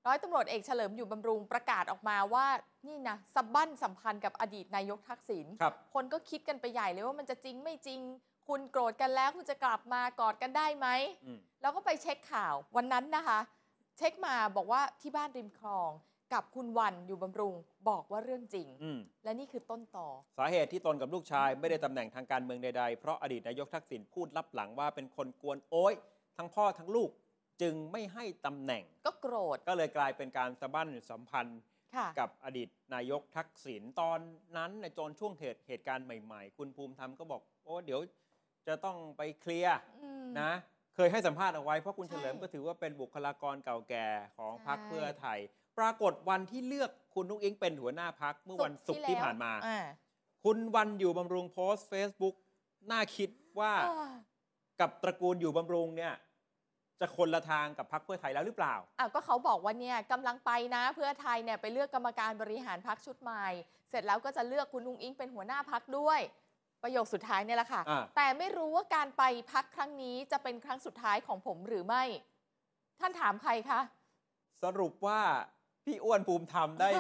S3: ร้อยตำรวจเอกเฉลิมอยู่บำรุงประกาศออกมาว่านี่นะสับบั้นสัมพันธ์กับอดีตนายกทักษิณ
S2: ครับ
S3: คนก็คิดกันไปใหญ่เลยว่ามันจะจริงไม่จริง คุณโกรธกันแล้วคุณจะกลับมากอดกันได้ไหม
S2: อืม
S3: แล้วก็ไปเช็คข่าววันนั้นนะคะ เช็คมาบอกว่าที่บ้านริมคลอง กับคุณวันอยู่บำรุงบอกว่าเรื่องจริง
S2: อืม
S3: และนี่คือต้นต่อ
S2: สาเหตุที่ตนกับลูกชายไม่ได้ตำแหน่งทางการเมืองใดๆ เพราะอดีตนายกทักษิณพูดลับหลังว่าเป็นคนกวนโอ้ยทั้งพ่อทั้งลูกจึงไม่ให้ตำแหน่ง
S3: ก็โกรธ
S2: ก็เลยกลายเป็นการสะบั้นสัมพันธ์
S3: ค่ะ
S2: กับอดีตนายกทักษิณตอนนั้นในจนช่วงเหตุเหตุการณ์ใหม่ๆ คุณภูมิธรรมก็บอก โอ้เดี๋ยวจะต้องไปเคลียร์
S3: อืม
S2: นะ เคยให้สัมภาษณ์เอาไว้ เพราะคุณ
S3: ใช่
S2: เฉลิมก็ถือว่าเป็นบุคลากรเก่าแก่ของ
S3: ใช่
S2: พรรคเพื่อไทย ปรากฏวันที่เลือกคุณนุ้งอิงเป็นหัวหน้าพักเมื่อวันศุกร์ที่
S3: แล้ว
S2: ผ่านมา
S3: อ่
S2: คุณวันอยู่บำรุงโพสต์ Facebook น่าคิดว่า
S3: อ่า
S2: กับตระกูลอยู่บำรุงเนี่ยจะคนละทางกับพรรคเพื่อไทยแล้วหรือเปล่า
S3: อ้าวก็เขาบอกว่าเนี่ยกำลังไปนะ เพื่อไทยเนี่ยไปเลือกกรรมการบริหารพักชุดใหม่ เสร็จแล้วก็จะเลือกคุณลุงอิงเป็นหัวหน้าพักด้วย ประโยคสุดท้ายเนี่ยแหละค่ะ
S2: อ่า
S3: แต่ไม่รู้ว่าการไปพักครั้งนี้จะเป็นครั้งสุดท้ายของผมหรือไม่ ท่านถามใครคะ
S2: สรุปว่าพี่อ้วนภูมิธรรม ได้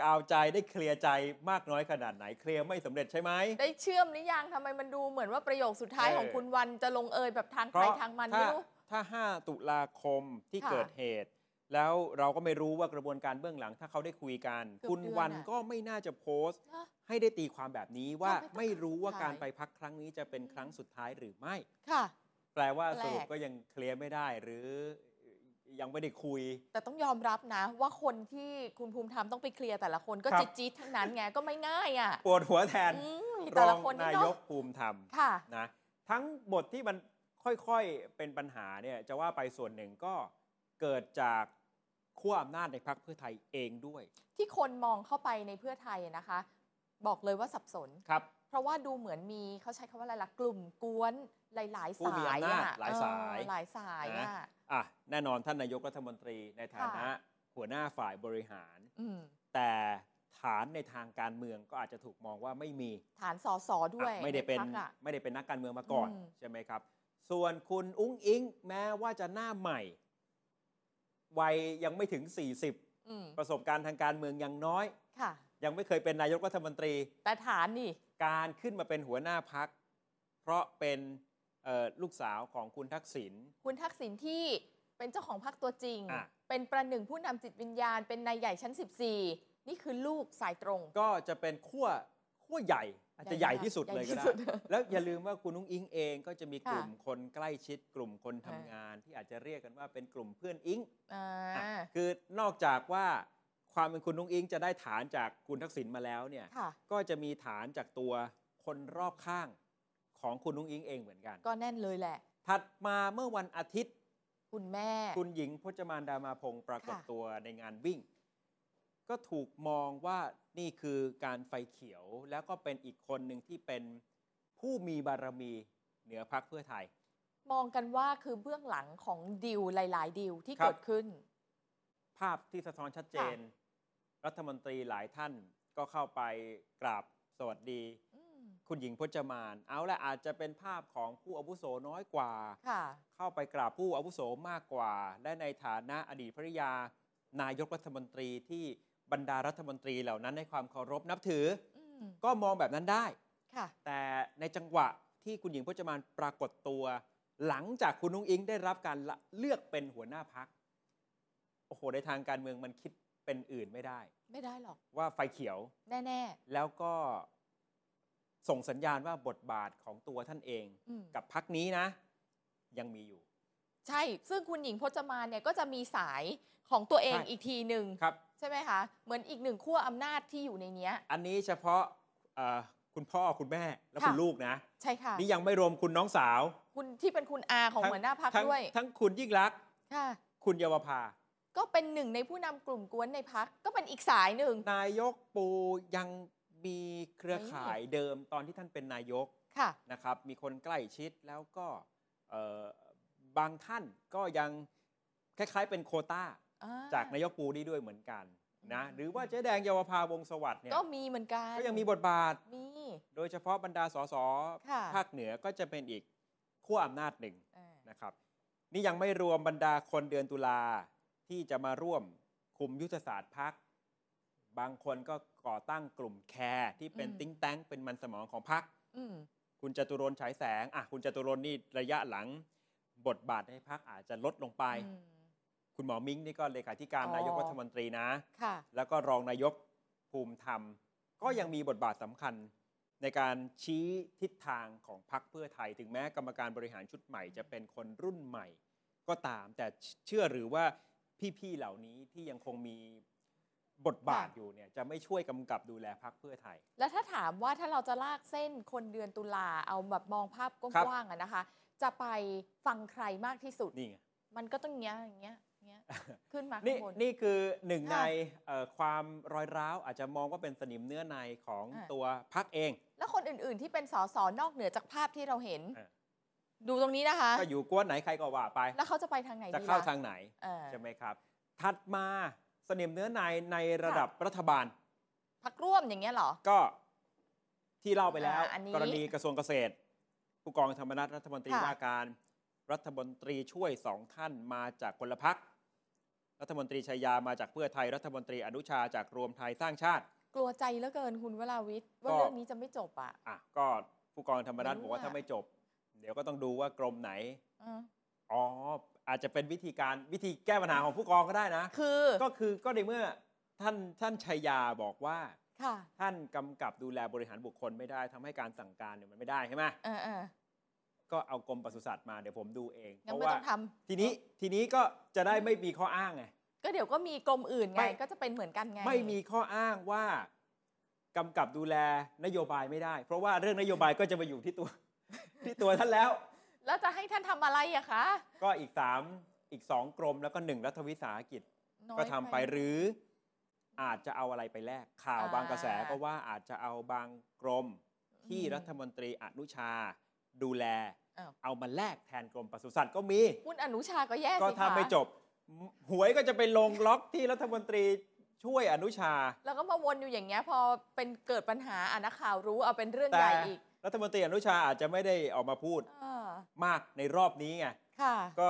S2: กาวใจได้เคลียร์ใจมากน้อยขนาดไหนเคลียร์ไม่สำเร็จใช่ไหม
S3: ได้เชื่อมหรือยังทำไมมันดูเหมือนว่าประโยคสุดท้าย
S2: เออ
S3: ของคุณวันจะลงเอยแบบทางใครทางมัน
S2: ถ้า
S3: ไม่รู้
S2: ถ้า 5 ตุลาคมที่
S3: ค่ะ
S2: เกิดเหตุ แล้วเราก็ไม่รู้ว่ากระบวนการเบื้องหลัง ถ้าเขาได้คุยกัน
S3: เกือบ
S2: คุณ
S3: เดือน
S2: วัน
S3: อะ
S2: ก็ไม่น่าจะโพสต์
S3: เนอะ
S2: ให้ได้ตีความแบบนี้ว่า
S3: ถ้าไม่
S2: ไม่
S3: ต้อง
S2: รู้ว่า
S3: ขาย
S2: การไปพักครั้งนี้จะเป็นครั้งสุดท้ายหรือไม่
S3: ค่ะ
S2: แปลว่า
S3: แปลก
S2: สรุปก็ยังเคลียร์ไม่ได้หรือยังไม่ได้คุย
S3: แต่ต้องยอมรับนะ ว่าคนที่คุณภูมิธรรมต้องไปเคลียร์แต่ละคนก็
S2: ครับ
S3: จิตจี๊ดทั้งนั้นไงก็ไม่ง่ายอ่ะ
S2: ปวดหัวแทน
S3: อืม
S2: ร
S3: แต่
S2: อ
S3: ละ
S2: ง
S3: คนนี่
S2: นาย
S3: เนาะ
S2: กภูมิธรรม
S3: ค่ะ
S2: นะทั้งบทที่มันค่อยๆเป็นปัญหาเนี่ยจะว่าไปส่วนหนึ่งก็เกิดจากขั้วอำนาจในพรรคเพื่อไทยเองด้วย
S3: ที่คนมองเข้าไปในเพื่อไทยอะนะคะ บอกเลยว่าสับสน
S2: ครับ
S3: เพราะว่าดูเหมือนมีเขาใช้คำว่าอะไรล่ะกลุ่มกวนหลาย
S2: ผู้
S3: ๆ สา
S2: มี
S3: ย
S2: อำนาจ
S3: อะ
S2: หลายสาย
S3: เออหลายสายอ่ะ
S2: อ่ะแน่นอนท่านนายกรัฐมนตรีในฐานะหัวหน้าฝ่ายบริหาร
S3: อืม
S2: แต่ฐานในทางการเมืองก็อาจจะถูกมองว่าไม่มี
S3: ฐานสอสอด้วย
S2: อ่ะไม่ได้เป็น
S3: ใพรรคอะ
S2: ไม่ได้เป็นนักการเมืองมาก่อน
S3: อืม
S2: ใช่ไหมครับ ส่วนคุณอุ้งอิงแม้ว่าจะหน้าใหม่ วัยยังไม่ถึง 40
S3: อืม
S2: ประสบการณ์ทางการเมืองยังน้อย
S3: ค่ะ
S2: ยังไม่เคยเป็นนายกรัฐมนตรี
S3: แต่ฐานนี่
S2: การขึ้นมาเป็นหัวหน้าพัก เพราะเป็นเอ่อลูกสาวของคุณทักษิณ
S3: คุณทักษิณที่เป็นเจ้าของพรรคตัวจริง
S2: อ่ะ
S3: เป็นประหนึ่งผู้นำจิตวิญญาณ เป็นนายใหญ่ชั้น 14 นี่คือลูกสายตรง
S2: ก็จะเป็นขั้วขั้วใหญ่ อาจจะใหญ่ที่สุดเลยก็ได้
S3: ใหญ่ที่สุด
S2: แล้วอย่าลืมว่าคุณนุ้งอิงเองก็จะมีกลุ่ม
S3: ค่ะ
S2: คนใกล้ชิดกลุ่มคนทำงาน ที่อาจจะเรียกกันว่าเป็นกลุ่มเพื่อนอิง
S3: อ่า
S2: อ่ะคือนอกจากว่าความเป็นคุณนุ้งอิงจะได้ฐานจากคุณทักษิณมาแล้วเนี่ย
S3: ค่ะ
S2: ก็จะมีฐานจากตัวคนรอบข้างของคุณนุ้งอิงเองเหมือนกัน
S3: ก็แน่นเลยแหละ
S2: ถัดมาเมื่อวันอาทิตย์
S3: คุณแม่
S2: คุณหญิงพจมานดามาพงศ์ปรากฏ
S3: ค่ะ
S2: ตัวในงานวิ่ง ก็ถูกมองว่านี่คือการไฟเขียวแล้วก็เป็นอีกคนหนึ่งที่เป็นผู้มีบารมีเหนือพักเพื่อไทย
S3: มองกันว่าคือเบื้องหลังของดิวหลาย ๆ ดิวที่
S2: ครับ
S3: เกิดขึ้น
S2: ภาพที่สะท้อนชัดเจน รัฐมนตรีหลายท่านก็เข้าไปกราบสวัสดี
S3: อืม
S2: คุณหญิงพจมาน เอาละอาจจะเป็นภาพของผู้อาวุโสน้อยกว่า
S3: ค่ะ
S2: เข้าไปกราบผู้อาวุโสมากกว่า และในฐานะอดีตภริยา นายกรัฐมนตรีที่บรรดารัฐมนตรีเหล่านั้นให้ความเคารพนับถือ
S3: อืม
S2: ก็มองแบบนั้นได้
S3: ค่ะ
S2: แต่ในจังหวะที่คุณหญิงพจมานปรากฏตัว หลังจากคุณนุ้งอิงได้รับการละเลือกเป็นหัวหน้าพักโอ้โหในทางการเมืองมันคิดเป็นอื่นไม่ได้
S3: ไม่ได้หรอก
S2: ว่าไฟเขียว
S3: แน่
S2: แล้วก็ส่งสัญญาณว่าบทบาทของตัวท่านเอง
S3: ๆอืม
S2: กับพักนี้นะ ยังมีอยู่
S3: ใช่ ซึ่งคุณหญิงพจมานเนี่ยก็จะมีสายของตัวเอง
S2: ใช่
S3: อีกทีหนึ่ง
S2: ครับ
S3: ใช่ไหมคะ เหมือนอีกหนึ่งขั้วอำนาจที่อยู่ในเนี้ย
S2: อันนี้เฉพาะเอ่อคุณพ่อคุณแม่และคุณ
S3: ค่ะ
S2: ลูกนะ
S3: ใช่ค่ะ
S2: นี่ยังไม่รวมคุณน้องสาว
S3: คุณที่เป็นคุณอาของ
S2: ทั้ง
S3: หัวหน้าพัก
S2: ทั้ง
S3: ด้วย
S2: ทั้งคุณยิ่งรักษณ์
S3: ค่ะ
S2: คุณเยาวภา
S3: ก็เป็นหนึ่งในผู้นำกลุ่มกวนในพัก ก็เป็นอีกสายหนึ่ง
S2: นายกปูยังมีเครือข่ายเดิมตอนที่ท่านเป็นนายก
S3: ค่ะ
S2: นะครับ มีคนใกล้ชิดแล้วก็เอ่อบางท่านก็ยังคล้ายๆเป็นโควต้า
S3: อ่
S2: จากนายกปูนี่ด้วยเหมือนกันนะหรือว่าเจ๊แดงเยาวภาวงศ์สวัสดิ์เนี่ย
S3: ก็มีเหมือนกัน
S2: ก็ยังมีบทบาท
S3: มี
S2: โดยเฉพาะบรรดาสส
S3: ค่ะ
S2: ภาคเหนือก็จะเป็นอีกขั้วอำนาจหนึ่ง
S3: อ่า
S2: นะครับ นี่ยังไม่รวมบรรดาคนเดือนตุลาที่จะมาร่วมคุมยุทธศาสตร์พัก บางคนก็ก่อตั้งกลุ่มแคร์ที่เป็นติ้งแตงเป็นมันสมองของพัก
S3: อืม
S2: คุณจตุรนต์ฉายแสงอ่ะคุณจตุรนต์นี่ระยะหลัง บทบาทในพักอาจจะลดลงไป
S3: อืม
S2: คุณหมอมิ้งนี่ก็เลขาธิการ
S3: อ๋อ
S2: นายกรัฐมนตรีนะ
S3: ค่ะ
S2: แล้วก็รองนายกภูมิธรรม ก็ยังมีบทบาทสำคัญในการชี้ทิศทางของพรรคเพื่อไทย ถึงแม้กรรมการบริหารชุดใหม่จะเป็นคนรุ่นใหม่ ก็ตาม แต่เชื่อหรือว่าพี่ ๆ เหล่านี้ที่ยังคงมีบทบาท
S3: ค่ะ
S2: อยู่เนี่ยจะไม่ช่วยกำกับดูแลพรรคเพื่อไทย
S3: แล้วถ้าถามว่าถ้าเราจะลากเส้นคนเดือนตุลาเอาแบบมองภาพก
S2: ครับ
S3: ว้างๆอะนะคะ จะไปฟังใครมากที่สุด
S2: นี่ไง
S3: มันก็ต้องเงี้ยอย่างเงี้ย อย่างเงี้ย ขึ้นมาข้า
S2: นี่
S3: งบน
S2: นี่คือหนึ่ง
S3: ค่ะ
S2: ในเอ่อความรอยร้าวอาจจะมองว่าเป็นสนิมเนื้อในของ
S3: อ่ะ
S2: ตัวพรรคเอง
S3: แล้วคนอื่น ๆ ที่เป็นสสนอกเหนือจากภาพที่เราเห็น
S2: เออ
S3: ดูตรงนี้นะคะ
S2: ก็อยู่กวนไหนใครก็ว่าไป
S3: แล้วเขาจะไปทางไหน
S2: จะ
S3: ดี
S2: เข้า
S3: ล่ะ
S2: ทางไหน
S3: เออ
S2: ใช่ไหมครับ ถัดมาเสนมเนื้อในในระดับรัฐบาล
S3: พักร่วมอย่างเงี้ยเหรอ
S2: ก็ที่เล่าไปแล้ว
S3: อ่าอันนี้
S2: กรณีกระทรวงเกษตร ผู้กองธรรมนัฐรัฐมนตรี
S3: ค่ะ
S2: ว่าการ รัฐมนตรีช่วยสองท่านมาจากคนละพัก รัฐมนตรีชายามาจากเพื่อไทย รัฐมนตรีอนุชาจากรวมไทยสร้างชาติ
S3: กลัวใจเหลือเกินคุณวราวิทย์ว่า
S2: ก็
S3: เรื่องนี้จะไม่จบอ่ะ
S2: อ่ะก็ผู้กองธรรมนัฐ
S3: ไม่รู้
S2: บอกว่า
S3: อะ
S2: ถ้าไม่จบ เดี๋ยวก็ต้องดูว่ากรมไหน
S3: เออ
S2: อ๋อ อาจจะเป็นวิธีการวิธีแก้ปัญหาของผู้กองก็ได้นะ
S3: คือ
S2: ก็คือก็ในเมื่อท่านท่านชัยยาบอกว่า
S3: ค่ะ
S2: ท่านกำกับดูแลบริหารบุคคลไม่ได้ทำให้การสั่งการเนี่ยมันไม่ได้ใช่ไหม
S3: เออเออ
S2: ก็เอากรมปศุสัตว์มาเดี๋ยวผมดูเอง
S3: งั้น
S2: เพราะ
S3: ไม่
S2: ว่า
S3: ต้องท
S2: ทีนี้ทีนี้ก็จะได้ไม่มีข้ออ้างไง
S3: ำก็เดี๋ยวก็มีกรมอื่นไง
S2: ไม่
S3: ก็จะเป็นเหมือนกันไง
S2: ไม่มีข้ออ้างว่ากำกับดูแลนโยบายไม่ได้ เพราะว่าเรื่องนโยบายก็จะมาอยู่ที่ตัว ที่ตัวท่านแล้ว
S3: แล้วจะให้ท่านทำอะไรอะคะ
S2: ก็อีกสามอีกสองกรมแล้วก็หนึ่งรัฐวิสาหกิจ
S3: น้อย
S2: ก็ทำไปหรืออาจจะเอาอะไรไปแลกข่าว
S3: อ่า
S2: บางกระแสก็ว่าอาจจะเอาบางกรมที่
S3: อืม
S2: รัฐมนตรีอนุชาดูแล
S3: อ้าว
S2: เอามาแลกแทนกรมปศุสัตว์ก็มี
S3: คุณอนุชาก็แย่สิ
S2: ก็
S3: คะ
S2: ถ้าไม่จบ หวยก็จะไปลงล็อกที่รัฐมนตรีช่วยอนุชา
S3: แล้วก็มาวนอยู่อย่างเงี้ยพอเป็นเกิดปัญหาอ่ะนักข่าวรู้เอาเป็นเรื่อง
S2: แต่
S3: ใหญ่อีก
S2: รัฐมนตรีอนุชาอาจจะไม่ได้ออกมาพูด
S3: อ่าม
S2: ากในรอบนี้ไง
S3: ค่ะ
S2: ก็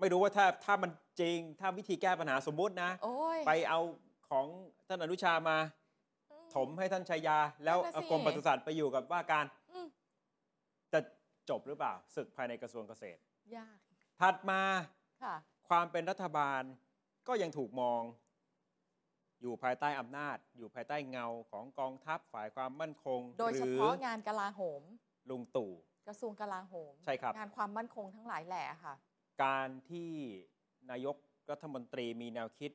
S2: ไม่รู้ว่าถ้าถ้ามันจริง ถ้าวิธีแก้ปัญหาสมมุตินะ
S3: โอ้ย
S2: ไปเอาของท่านอนุชามา ถมให้ท่านชายา แล้ว
S3: นั่นน่ะสิ
S2: เอากรมปศุสัตว์ไปอยู่กับว่าการ
S3: อืม
S2: จะจบหรือเปล่าศึกภายในกระทรวงเกษตร
S3: ยาก
S2: ถัดมา
S3: ค่ะ
S2: ความเป็นรัฐบาลก็ยังถูกมอง อยู่ภายใต้อำนาจ อยู่ภายใต้เงาของกองทัพฝ่ายความมั่นคง
S3: โดยเฉพาะงานกลาโหม
S2: หรือลุงตู่
S3: กระทรวงกลาโหม
S2: ใช่ครับ
S3: งานความมั่นคงทั้งหลายแหละค่ะ
S2: การที่นายกรัฐมนตรีมีแนวคิด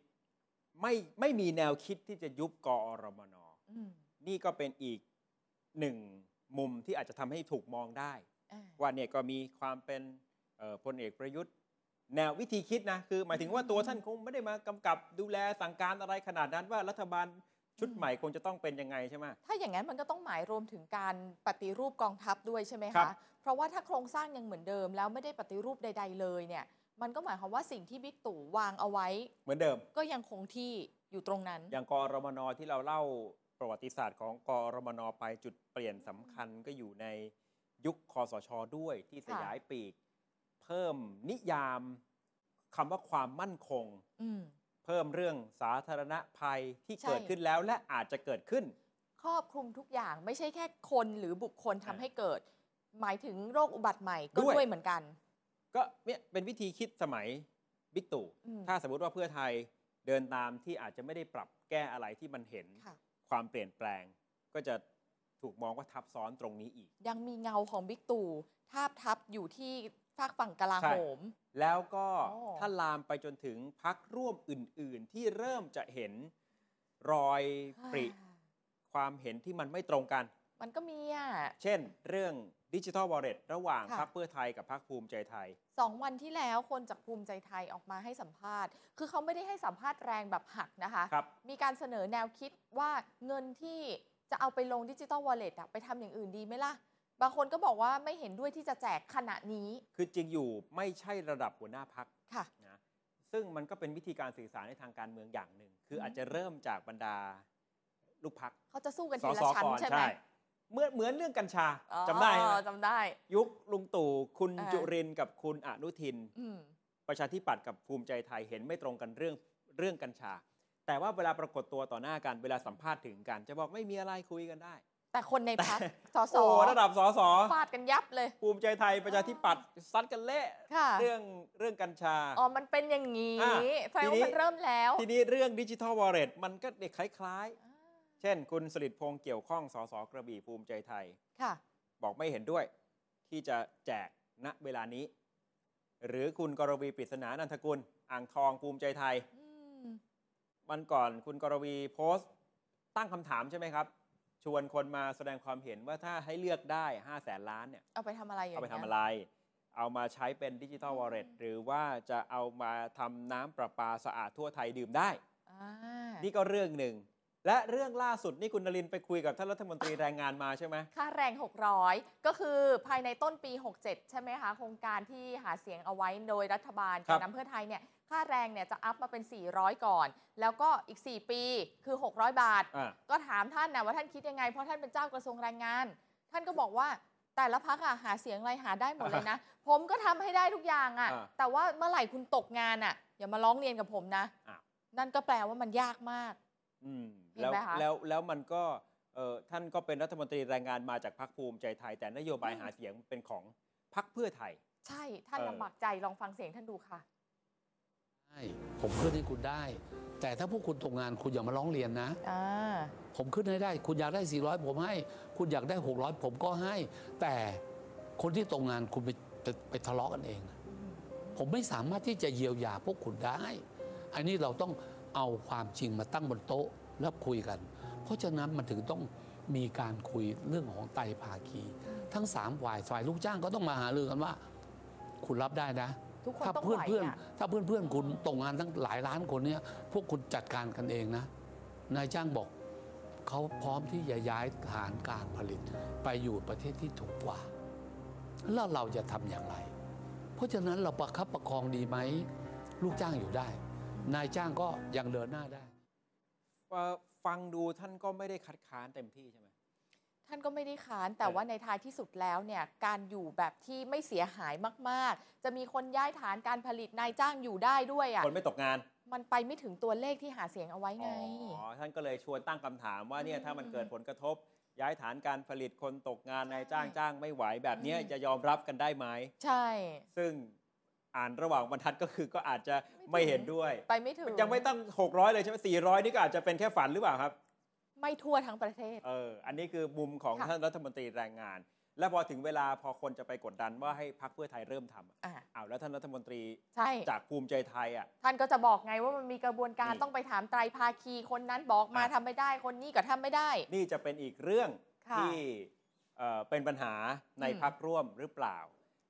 S2: ไม่ไม่มีแนวคิดที่จะยุบกอรมน
S3: อืม
S2: นี่ก็เป็นอีกหนึ่งมุมที่อาจจะทำให้ถูกมองได้
S3: อ่า
S2: ว่าเนี่ยก็มีความเป็นเอ่อพลเอกประยุทธ์ แนววิธีคิดนะ คือหมายถึงว่าตัวท่านคงไม่ได้มากำกับดูแลสั่งการอะไรขนาดนั้นว่ารัฐบาล ชุดใหม่คงจะต้องเป็นยังไงใช่ไหม
S3: ถ้าอย่างนั้นมันก็ต้องหมายรวมถึงการปฏิรูปกองทัพด้วยใช่ไหม
S2: ครั
S3: คะ
S2: บ
S3: เพราะว่าถ้าโครงสร้างยังเหมือนเดิมแล้วไม่ได้ปฏิรูปใด ๆ เลยเนี่ย มันก็หมายความว่าสิ่งที่บิ๊กตู่วางเอาไว้
S2: เหมือนเดิม
S3: ก็ยังคงที่อยู่ตรงนั้น
S2: อย่างกอรมนที่เราเล่าประวัติศาสตร์ของกอรมนไปจุดเปลี่ยนสำคัญก็อยู่ในยุคคอสชด้วยที่ส
S3: ค่ะ
S2: ยายปีก เพิ่มนิยามคำว่าความมั่นคง
S3: อืม
S2: เพิ่มเรื่องสาธารณภัยที่
S3: ใช่
S2: เกิดขึ้นแล้วและอาจจะเกิดขึ้น
S3: ครอบคลุมทุกอย่างไม่ใช่แค่คนหรือบุคคลทำให้เกิด หมายถึงโรคอุบัติใหม่ก็
S2: ด้วย
S3: ด้วยเหมือนกัน
S2: ก็เนี่ยเป็นวิธีคิดสมัยบิ๊กตู่
S3: อืม
S2: ถ้าสมมติว่าเพื่อไทยเดินตามที่อาจจะไม่ได้ปรับแก้อะไรที่มันเห็น
S3: ค่ะ
S2: ความเปลี่ยนแปลง ก็จะถูกมองว่าทับซ้อนตรงนี้อีก
S3: ยังมีเงาของบิ๊กตู่ทาบทับอยู่ที่ฝากฝั่งกลาโหม
S2: แล้วก็
S3: อ๋อ
S2: ถ้าลามไปจนถึงพักร่วมอื่น ๆ ที่เริ่มจะเห็นรอยปริความเห็นที่มันไม่ตรงกัน
S3: มันก็มีอ่ะ
S2: เช่น เรื่องดิจิทัลวอลเล็ตระหว่าง
S3: ค่ะ
S2: พักเพื่อไทยกับพักภูมิใจไทย
S3: สองวันที่แล้วคนจากภูมิใจไทยออกมาให้สัมภาษณ์ คือเขาไม่ได้ให้สัมภาษณ์แรงแบบหักนะคะ
S2: ครับ
S3: มีการเสนอแนวคิดว่าเงินที่จะเอาไปลงดิจิ t a ลวอลเล็ตไปทำอย่างอื่นดีไหมล่ะ บางคนก็บอกว่าไม่เห็นด้วยที่จะแจกขณะนี้
S2: คือจริงอยู่ไม่ใช่ระดับหัวหน้าพัก
S3: ค่ะ
S2: นะซึ่งมันก็เป็นวิธีการสื่อสารในทางการเมืองอย่างหนึ่ง คือ
S3: ม
S2: อาจจะเริ่มจากบรรดาลูกพัก
S3: เขาจะสู้กัน
S2: ส
S3: ทีละ
S2: ส
S3: ชั้น
S2: ก่อน
S3: ใช่ไหม
S2: ใช่เหมือนเหมือนเรื่องกัญชา
S3: อ๋อ
S2: จำได้ไหม
S3: จำได้
S2: ยุคลุงตู่คุณ
S3: อ่า
S2: จุรินทร์กับคุณอนุทิน
S3: อืม
S2: ประชาธิปัตย์กับภูมิใจไทยเห็นไม่ตรงกันเรื่องเรื่องกัญชา แต่ว่าเวลาปรากฏตัวต่อหน้ากัน เวลาสัมภาษณ์ถึงกัน จะบอกไม่มีอะไรคุยกันได้
S3: แต่คนใน พักสส
S2: โอ้ระดับสอสอ
S3: ฟาดกันยับเลย
S2: ภูมิใจไทยประชาธิปัตย์ซัดกันเละ
S3: ค่ะ
S2: เรื่องเรื่องกัญชา
S3: อ๋อ มันเป็นอย่างนี้
S2: อ่ะ
S3: แสดงว่า
S2: ทีนี้
S3: มันเริ่มแล้ว
S2: ทีนี้เรื่องดิจิทัลวอลเล็ตมันก็เด็กคล้ายๆ เช่น คุณสลิดพงษ์เกี่ยวข้องสอสอกระบี่ภูมิใจไทย
S3: ค่ะ
S2: บอกไม่เห็นด้วย ที่จะแจกณเวลานี้ หรือคุณกรวีปริศนานันทกุล อ่างทองภูมิใจไทย
S3: อืม
S2: วันก่อนคุณกรวีโพสต์ ตั้งคำถามใช่ไหมครับ ชวนคนมาแสดงความเห็นว่าถ้าให้เลือกได้ 5 0 0แสนล้านเนี่ย
S3: เอาไปทำอะไรอย่าง
S2: เอาไป
S3: เงี้ย
S2: ทำอะไร เอามาใช้เป็นดิจิทัลวอลเล็ต
S3: อืม
S2: หรือว่าจะเอามาทำน้ำประปาสะอาดทั่วไทยดื่มได้
S3: อ่า
S2: นี่ก็เรื่องหนึ่ง และเรื่องล่าสุดนี่คุณนรินทร์ไปคุยกับท่านรัฐมนตรีแรงงานมาใช่ไหม
S3: ค่าแรง 600 ก็คือภายในต้นปี 67 ใช่ไหมคะ โครงการที่หาเสียงเอาไว้โดยรัฐบาล
S2: ครั
S3: แก
S2: บ
S3: นนำเพื่อไทยเนี่ย ค่าแรงเนี่ยจะอัพมาเป็น 400 ก่อน แล้วก็อีก 4 ปีคือ 600 บาท
S2: อ่า
S3: ก็ถามท่านนะว่าท่านคิดยังไง เพราะท่านเป็นเจ้ากระทรวงแรงงาน ท่านก็บอกว่าแต่ละพักอะหาเสียงอะไรหาได้หมดเลยนะ ผมก็ทำให้ได้ทุกอย่างอะ
S2: อ่า
S3: แต่ว่าเมื่อไหร่คุณตกงานอะอย่ามาร้องเรียนกับผมนะ
S2: อ้าว
S3: นั่นก็แปลว่ามันยากมาก
S2: อืม
S3: เห็น
S2: แล้ว
S3: ไหมคะ
S2: แล้วแล้วมันก็เอ่อท่านก็เป็นรัฐมนตรีแรงงานมาจากพรรคภูมิใจไทย แต่นโยบาย
S3: อืม
S2: หาเสียงเป็นของพรรคเพื่อไทย
S3: ใช่ท่าน
S2: เออ
S3: ลำบากใจลองฟังเสียงท่านดูค่ะ
S5: ได้ผมขึ้นให้คุณได้ แต่ถ้าพวกคุณตกงานคุณอย่ามาร้องเรียนนะ
S3: อ่า
S5: ผมขึ้นให้ได้ คุณอยากได้ 400 ผมให้ คุณอยากได้ 600 ผมก็ให้ แต่คนที่ตกงานคุณไปไปไปทะเลาะกันเองนะผมไม่สามารถที่จะเยียวยาพวกคุณได้ อันนี้เราต้องเอาความจริงมาตั้งบนโต๊ะแล้วคุยกัน เพราะฉะนั้นมันถึงต้องมีการคุยเรื่องของไตรภาคี ทั้งสามฝ่ายฝ่ายลูกจ้างก็ต้องมาหารือกันว่า คุณรับได้นะ
S3: ทุกคน
S5: ถ้า
S3: ต้อง
S5: เพื่อ
S3: ไห
S5: น
S3: ว
S5: เพื่อน
S3: อะ
S5: ถ้าเพื่อนเพื่อนคุณตกงานตั้งหลายล้านคนเนี่ยพวกคุณจัดการกันเองนะ นายจ้างบอกเขาพร้อมที่จะย้ายฐานการผลิต ไปอยู่ประเทศที่ถูกกว่า แล้วเราจะทำอย่างไร เพราะฉะนั้นเราประคับประคองดีไหม ลูกจ้างอยู่ได้ นายจ้างก็ยังเดินหน้าได้
S2: เอ่อฟังดูท่านก็ไม่ได้คัดค้านเต็มที่ใช่ไหม
S3: ท่านก็ไม่ได้ค้านแต่
S2: เออ
S3: ว่าในท้ายที่สุดแล้วเนี่ยการอยู่แบบที่ไม่เสียหายมาก ๆ จะมีคนย้ายฐานการผลิตนายจ้างอยู่ได้ด้วยอะ
S2: คนไม่ตกงาน
S3: มันไปไม่ถึงตัวเลขที่หาเสียงเอาไว้ไง
S2: อ๋อ ท่านก็เลยชวนตั้งคำถามว่าเนี่ยถ้ามัน
S3: อืม
S2: เกิดผลกระทบ ย้ายฐานการผลิตคนตกงานนายจ้าง
S3: ใช่
S2: จ้างไม่ไหวแบบเนี้ย
S3: อืม
S2: จะยอมรับกันได้ไหม
S3: ใช่
S2: ซึ่งอ่านระหว่างบรรทัดก็คือก็อาจจะ
S3: ไม่
S2: ไม่
S3: ถึง
S2: เห็นด้วย
S3: ไปไม่ถึง
S2: ยังไม่ตั้ง 600 เลยใช่ไหม400 นี่ก็อาจจะเป็นแค่ฝันหรือเปล่าครับ
S3: ไม่ทั่วทั้งประเทศ
S2: เออ อันนี้คือมุมของ
S3: ค่ะ
S2: ท่านรัฐมนตรีแรงงาน และพอถึงเวลาพอคนจะไปกดดันว่าให้พักเพื่อไทยเริ่มทำอ่ะ
S3: อ่ะ
S2: อ้าวแล้วท่านรัฐมนตรี
S3: ใช่
S2: จากภูมิใจไทยอ่ะ
S3: ท่านก็จะบอกไงว่ามันมีกระบวนการ
S2: นี่
S3: ต้องไปถามไตรภาคีคนนั้นบอกมา
S2: อ่ะ
S3: ทำไม่ได้คนนี้ก็ทำไม่ได้
S2: นี่จะเป็นอีกเรื่อง
S3: ค่ะ
S2: ที่เอ่อเป็นปัญหาใน
S3: อืม
S2: พักร่วมหรือเปล่า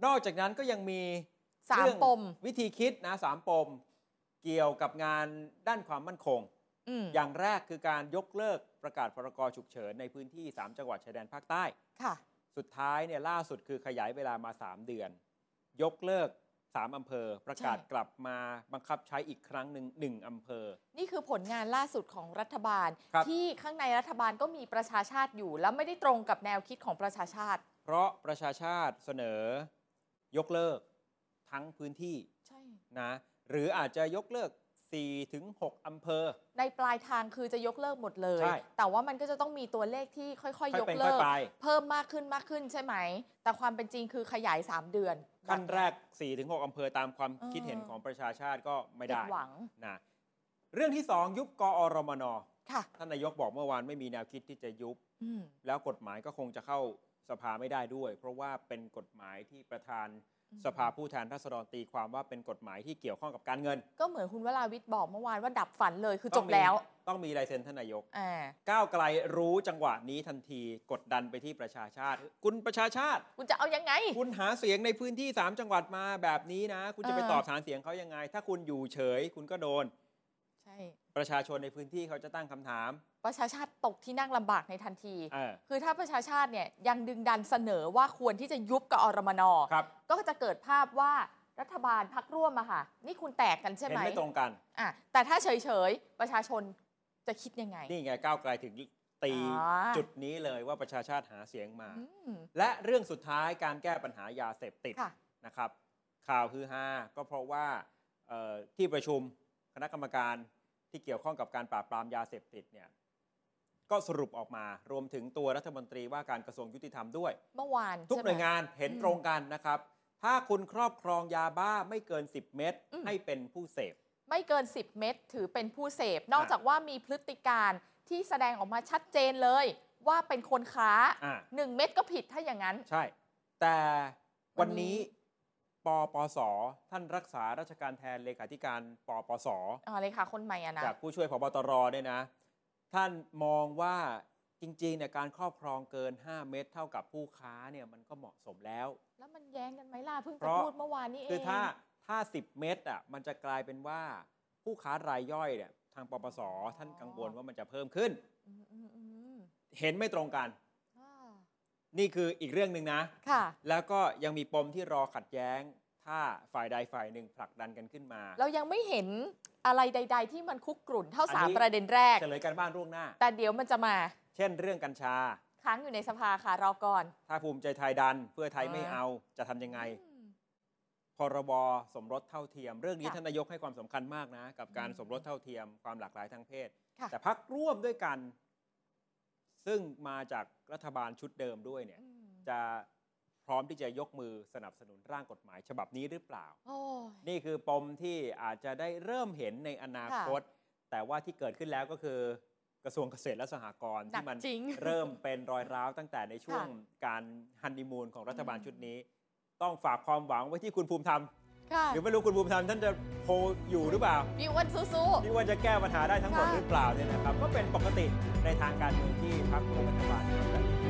S2: นอกจากนั้นก็ยังมี
S3: สาม
S2: เรื่อง
S3: ปม
S2: วิธีคิดนะสามปม เกี่ยวกับงานด้านความมั่นคง
S3: อืม
S2: อย่างแรกคือการยกเลิกประกาศพรกฉุกเฉินในพื้นที่ 3 จังหวัดชายแดนภาคใต้
S3: ค่ะ
S2: สุดท้ายเนี่ยล่าสุดคือขยายเวลามา 3 เดือน ยกเลิก 3 อำเภอ ประกาศ
S3: ใช่
S2: กลับมาบังคับใช้อีกครั้งหนึ่งหนึ่งอำเภอ
S3: นี่คือผลงานล่าสุดของรัฐบาล
S2: ครับ
S3: ที่ข้างในรัฐบาลก็มีประชาชาติอยู่ แล้วไม่ได้ตรงกับแนวคิดของประชาชาติ
S2: เพราะประชาชาติเสนอยกเลิกทั้งพื้นที่
S3: ใช่
S2: นะหรืออาจจะยกเลิก 4 ถึง 6 อำเภอ
S3: ในปลายทางคือจะยกเลิกหมดเลย
S2: ใช่
S3: แต่ว่ามันก็จะต้องมีตัวเลขที่ค่อยๆ
S2: ค่อย
S3: ยก
S2: เป็นค่
S3: เลิ
S2: อย
S3: ก
S2: ไป
S3: เพิ่มมากขึ้นมากขึ้นใช่ไหม แต่ความเป็นจริงคือขยาย 3 เดือน
S2: ขั้น
S3: บบ
S2: แร
S3: เย
S2: ก 4-6ถึงอำเภอตามความ
S3: เออ
S2: คิดเห็นของประชาชาติก็ไม่
S3: ผิ
S2: ได้
S3: ดหวัง
S2: นะเรื่องที่ 2 ยุบกอรมน
S3: ค่ะ
S2: ท่านนายกบอกเมื่อวานไม่มีแนวคิดที่จะยุบ
S3: อืม
S2: แล้วกฎหมายก็คงจะเข้าสภาไม่ได้ด้วย เพราะว่าเป็นกฎหมายที่ประธาน
S3: อืม
S2: สภาผู้แทนราษฎรตีความว่าเป็นกฎหมายที่เกี่ยวข้องกับการเงิน
S3: ก็เหมือนคุณวราวิทย์บอกเมื่อวานว่าดับฝันเลยคือจบ
S2: ต้งมี
S3: แล้ว
S2: ต้องมีลายเซ็นท่านนายก
S3: อ่า
S2: ก้าวไกลรู้จังหวะนี้ทันทีกดดันไปที่ประชาชาติ คุณประชาชาติ
S3: คุณจะเอายังไง
S2: คุณหาเสียงในพื้นที่ 3 จังหวัดมาแบบนี้นะ คุณจะไป
S3: เออ
S2: ตอบฐานเสียงเขายังไง ถ้าคุณอยู่เฉย คุณก็โดน
S3: ใช่
S2: ประชาชนในพื้นที่เขาจะตั้งคำถาม
S3: ประชาชาติตกที่นั่งลำบากในทันที
S2: เออ
S3: คือถ้าประชาชาติเนี่ยยังดึงดันเสนอว่าควรที่จะยุบกอรมน
S2: ครับ
S3: ก็จะเกิดภาพว่ารัฐบาลพักร่วมอะค่ะ นี่คุณแตกกันใช่
S2: เห็
S3: ไห
S2: น
S3: ม
S2: ไม่ตรงกัน
S3: อ่ะแต่ถ้าเฉยๆ ประชาชนจะคิดยังไง
S2: นี่ไงก้าวไกลถึงตี
S3: อ๋อ
S2: จุดนี้เลยว่าประชาชาติหาเสียงมา
S3: อืม
S2: และเรื่องสุดท้ายการแก้ปัญหายาเสพติด
S3: ค่ะ
S2: นะครับ ข่าวฮือฮาก็เพราะว่าเอ่อที่ประชุมคณะกรรมการที่เกี่ยวข้องกับการปราบปรามยาเสพติดเนี่ยก็สรุปออกมารวมถึงตัวรัฐมนตรีว่าการกระทรวงยุติธรรมด้วย
S3: เมื่อวาน
S2: ทุก
S3: ใช่
S2: ห
S3: ไม
S2: น่วยงานเห็นตรงกันนะครับ ถ้าคุณครอบครองยาบ้าไม่เกิน 10 เม็ด
S3: อืม
S2: ให้เป็นผู้เสพ
S3: ไม่เกิน 10 เม็ดถือเป็นผู้เสพ นอกจากว่ามีพฤติการที่แสดงออกมาชัดเจนเลย ว่าเป็นคนค้า
S2: อ่า
S3: 1 เม็ดก็ผิดถ้าอย่างนั้น
S2: ใช่ แต่
S3: วั
S2: วัน
S3: นนี้
S2: นี้ปปส ท่านรักษาราชการแทนเลขาธิการปปส
S3: อ๋อเลยค่ะคนใหม่อะนะ
S2: จากผู้ช่วยพบตรเนี่ยนะ ท่านมองว่าจริงๆเนี่ยการครอบครองเกิน 5 เม็ดเท่ากับผู้ค้าเนี่ยมันก็เหมาะสมแล้ว
S3: แล้วมันแย้งกันไหมล่ะเพิ่ง
S2: เพ
S3: จะ
S2: ราะ
S3: พูดเมื่อวานนี้เอง
S2: คือถ้าถ้า 10 เม็ดอ่ะมันจะกลายเป็นว่าผู้ค้ารายย่อยเนี่ยทางปปส ท่านกังวลว่ามันจะเพิ่มขึ้น
S3: อืมอืมอืม
S2: เห็นไม่ตรงกัน
S3: อ่า
S2: นี่คืออีกเรื่องหนึ่งนะ
S3: ค่ะ
S2: แล้วก็ยังมีปมที่รอขัดแย้ง ถ้าฝ่ายใดฝ่ายหนึ่งผลักดันกันขึ้นมา
S3: เรายังไม่เห็นอะไรใด ๆ ที่มันคุกกรุ่นเท่าสาม
S2: อันนี้
S3: ประเด็นแรก
S2: เฉลยการบ้านล่วงหน้า
S3: แต่เดี๋ยวมันจะมา
S2: เช่นเรื่องกัญชา
S3: ค้างอยู่ในสภาค่ะรอก่อน
S2: ถ้าภูมิใจไทยดัน เพื่อไทยไม่
S3: อ่า
S2: เอาจะทำยังไง
S3: อืม
S2: พรบสมรสเท่าเทียม เรื่องนี้
S3: ค่ะ
S2: ท่านนายกให้ความสำคัญมากนะ กับการ
S3: อืม
S2: สมรสเท่าเทียมความหลากหลายทางเพศ
S3: ค่ะ
S2: แต่พักร่วมด้วยกัน ซึ่งมาจากรัฐบาลชุดเดิมด้วยเนี่ย
S3: อืม
S2: จะพร้อมที่จะยกมือสนับสนุนร่างกฎหมาย ฉบับนี้หรือเปล่า
S3: โอ้ย
S2: นี่คือปมที่อาจจะได้เริ่มเห็นในอนาคต แต่ว่าที่เกิดขึ้นแล้วก็คือกระทรวงเกษตรและสหกรณ์
S3: หนัก
S2: ที่มั
S3: จริง
S2: เริ่มเป็นรอยร้าวตั้งแต่ในช่วงการฮันนีมูนของรัฐบาลชุดนี้ ต้องฝากความหวังไว้ที่คุณภูมิธรรม
S3: ค่ะ
S2: หรือไม่รู้คุณภูมิธรรมท่านจะโพลอยู่หรือเปล่า
S3: พี่อ้วันสู้ๆ
S2: ที่ว่าจะแก้ปัญหาได้ทั้งหมดหรือเปล่าเนี่ยนะครับ ก็เป็นปกติในทางการเมืองที่พรรคร่วมรัฐบาลทำแบบนี้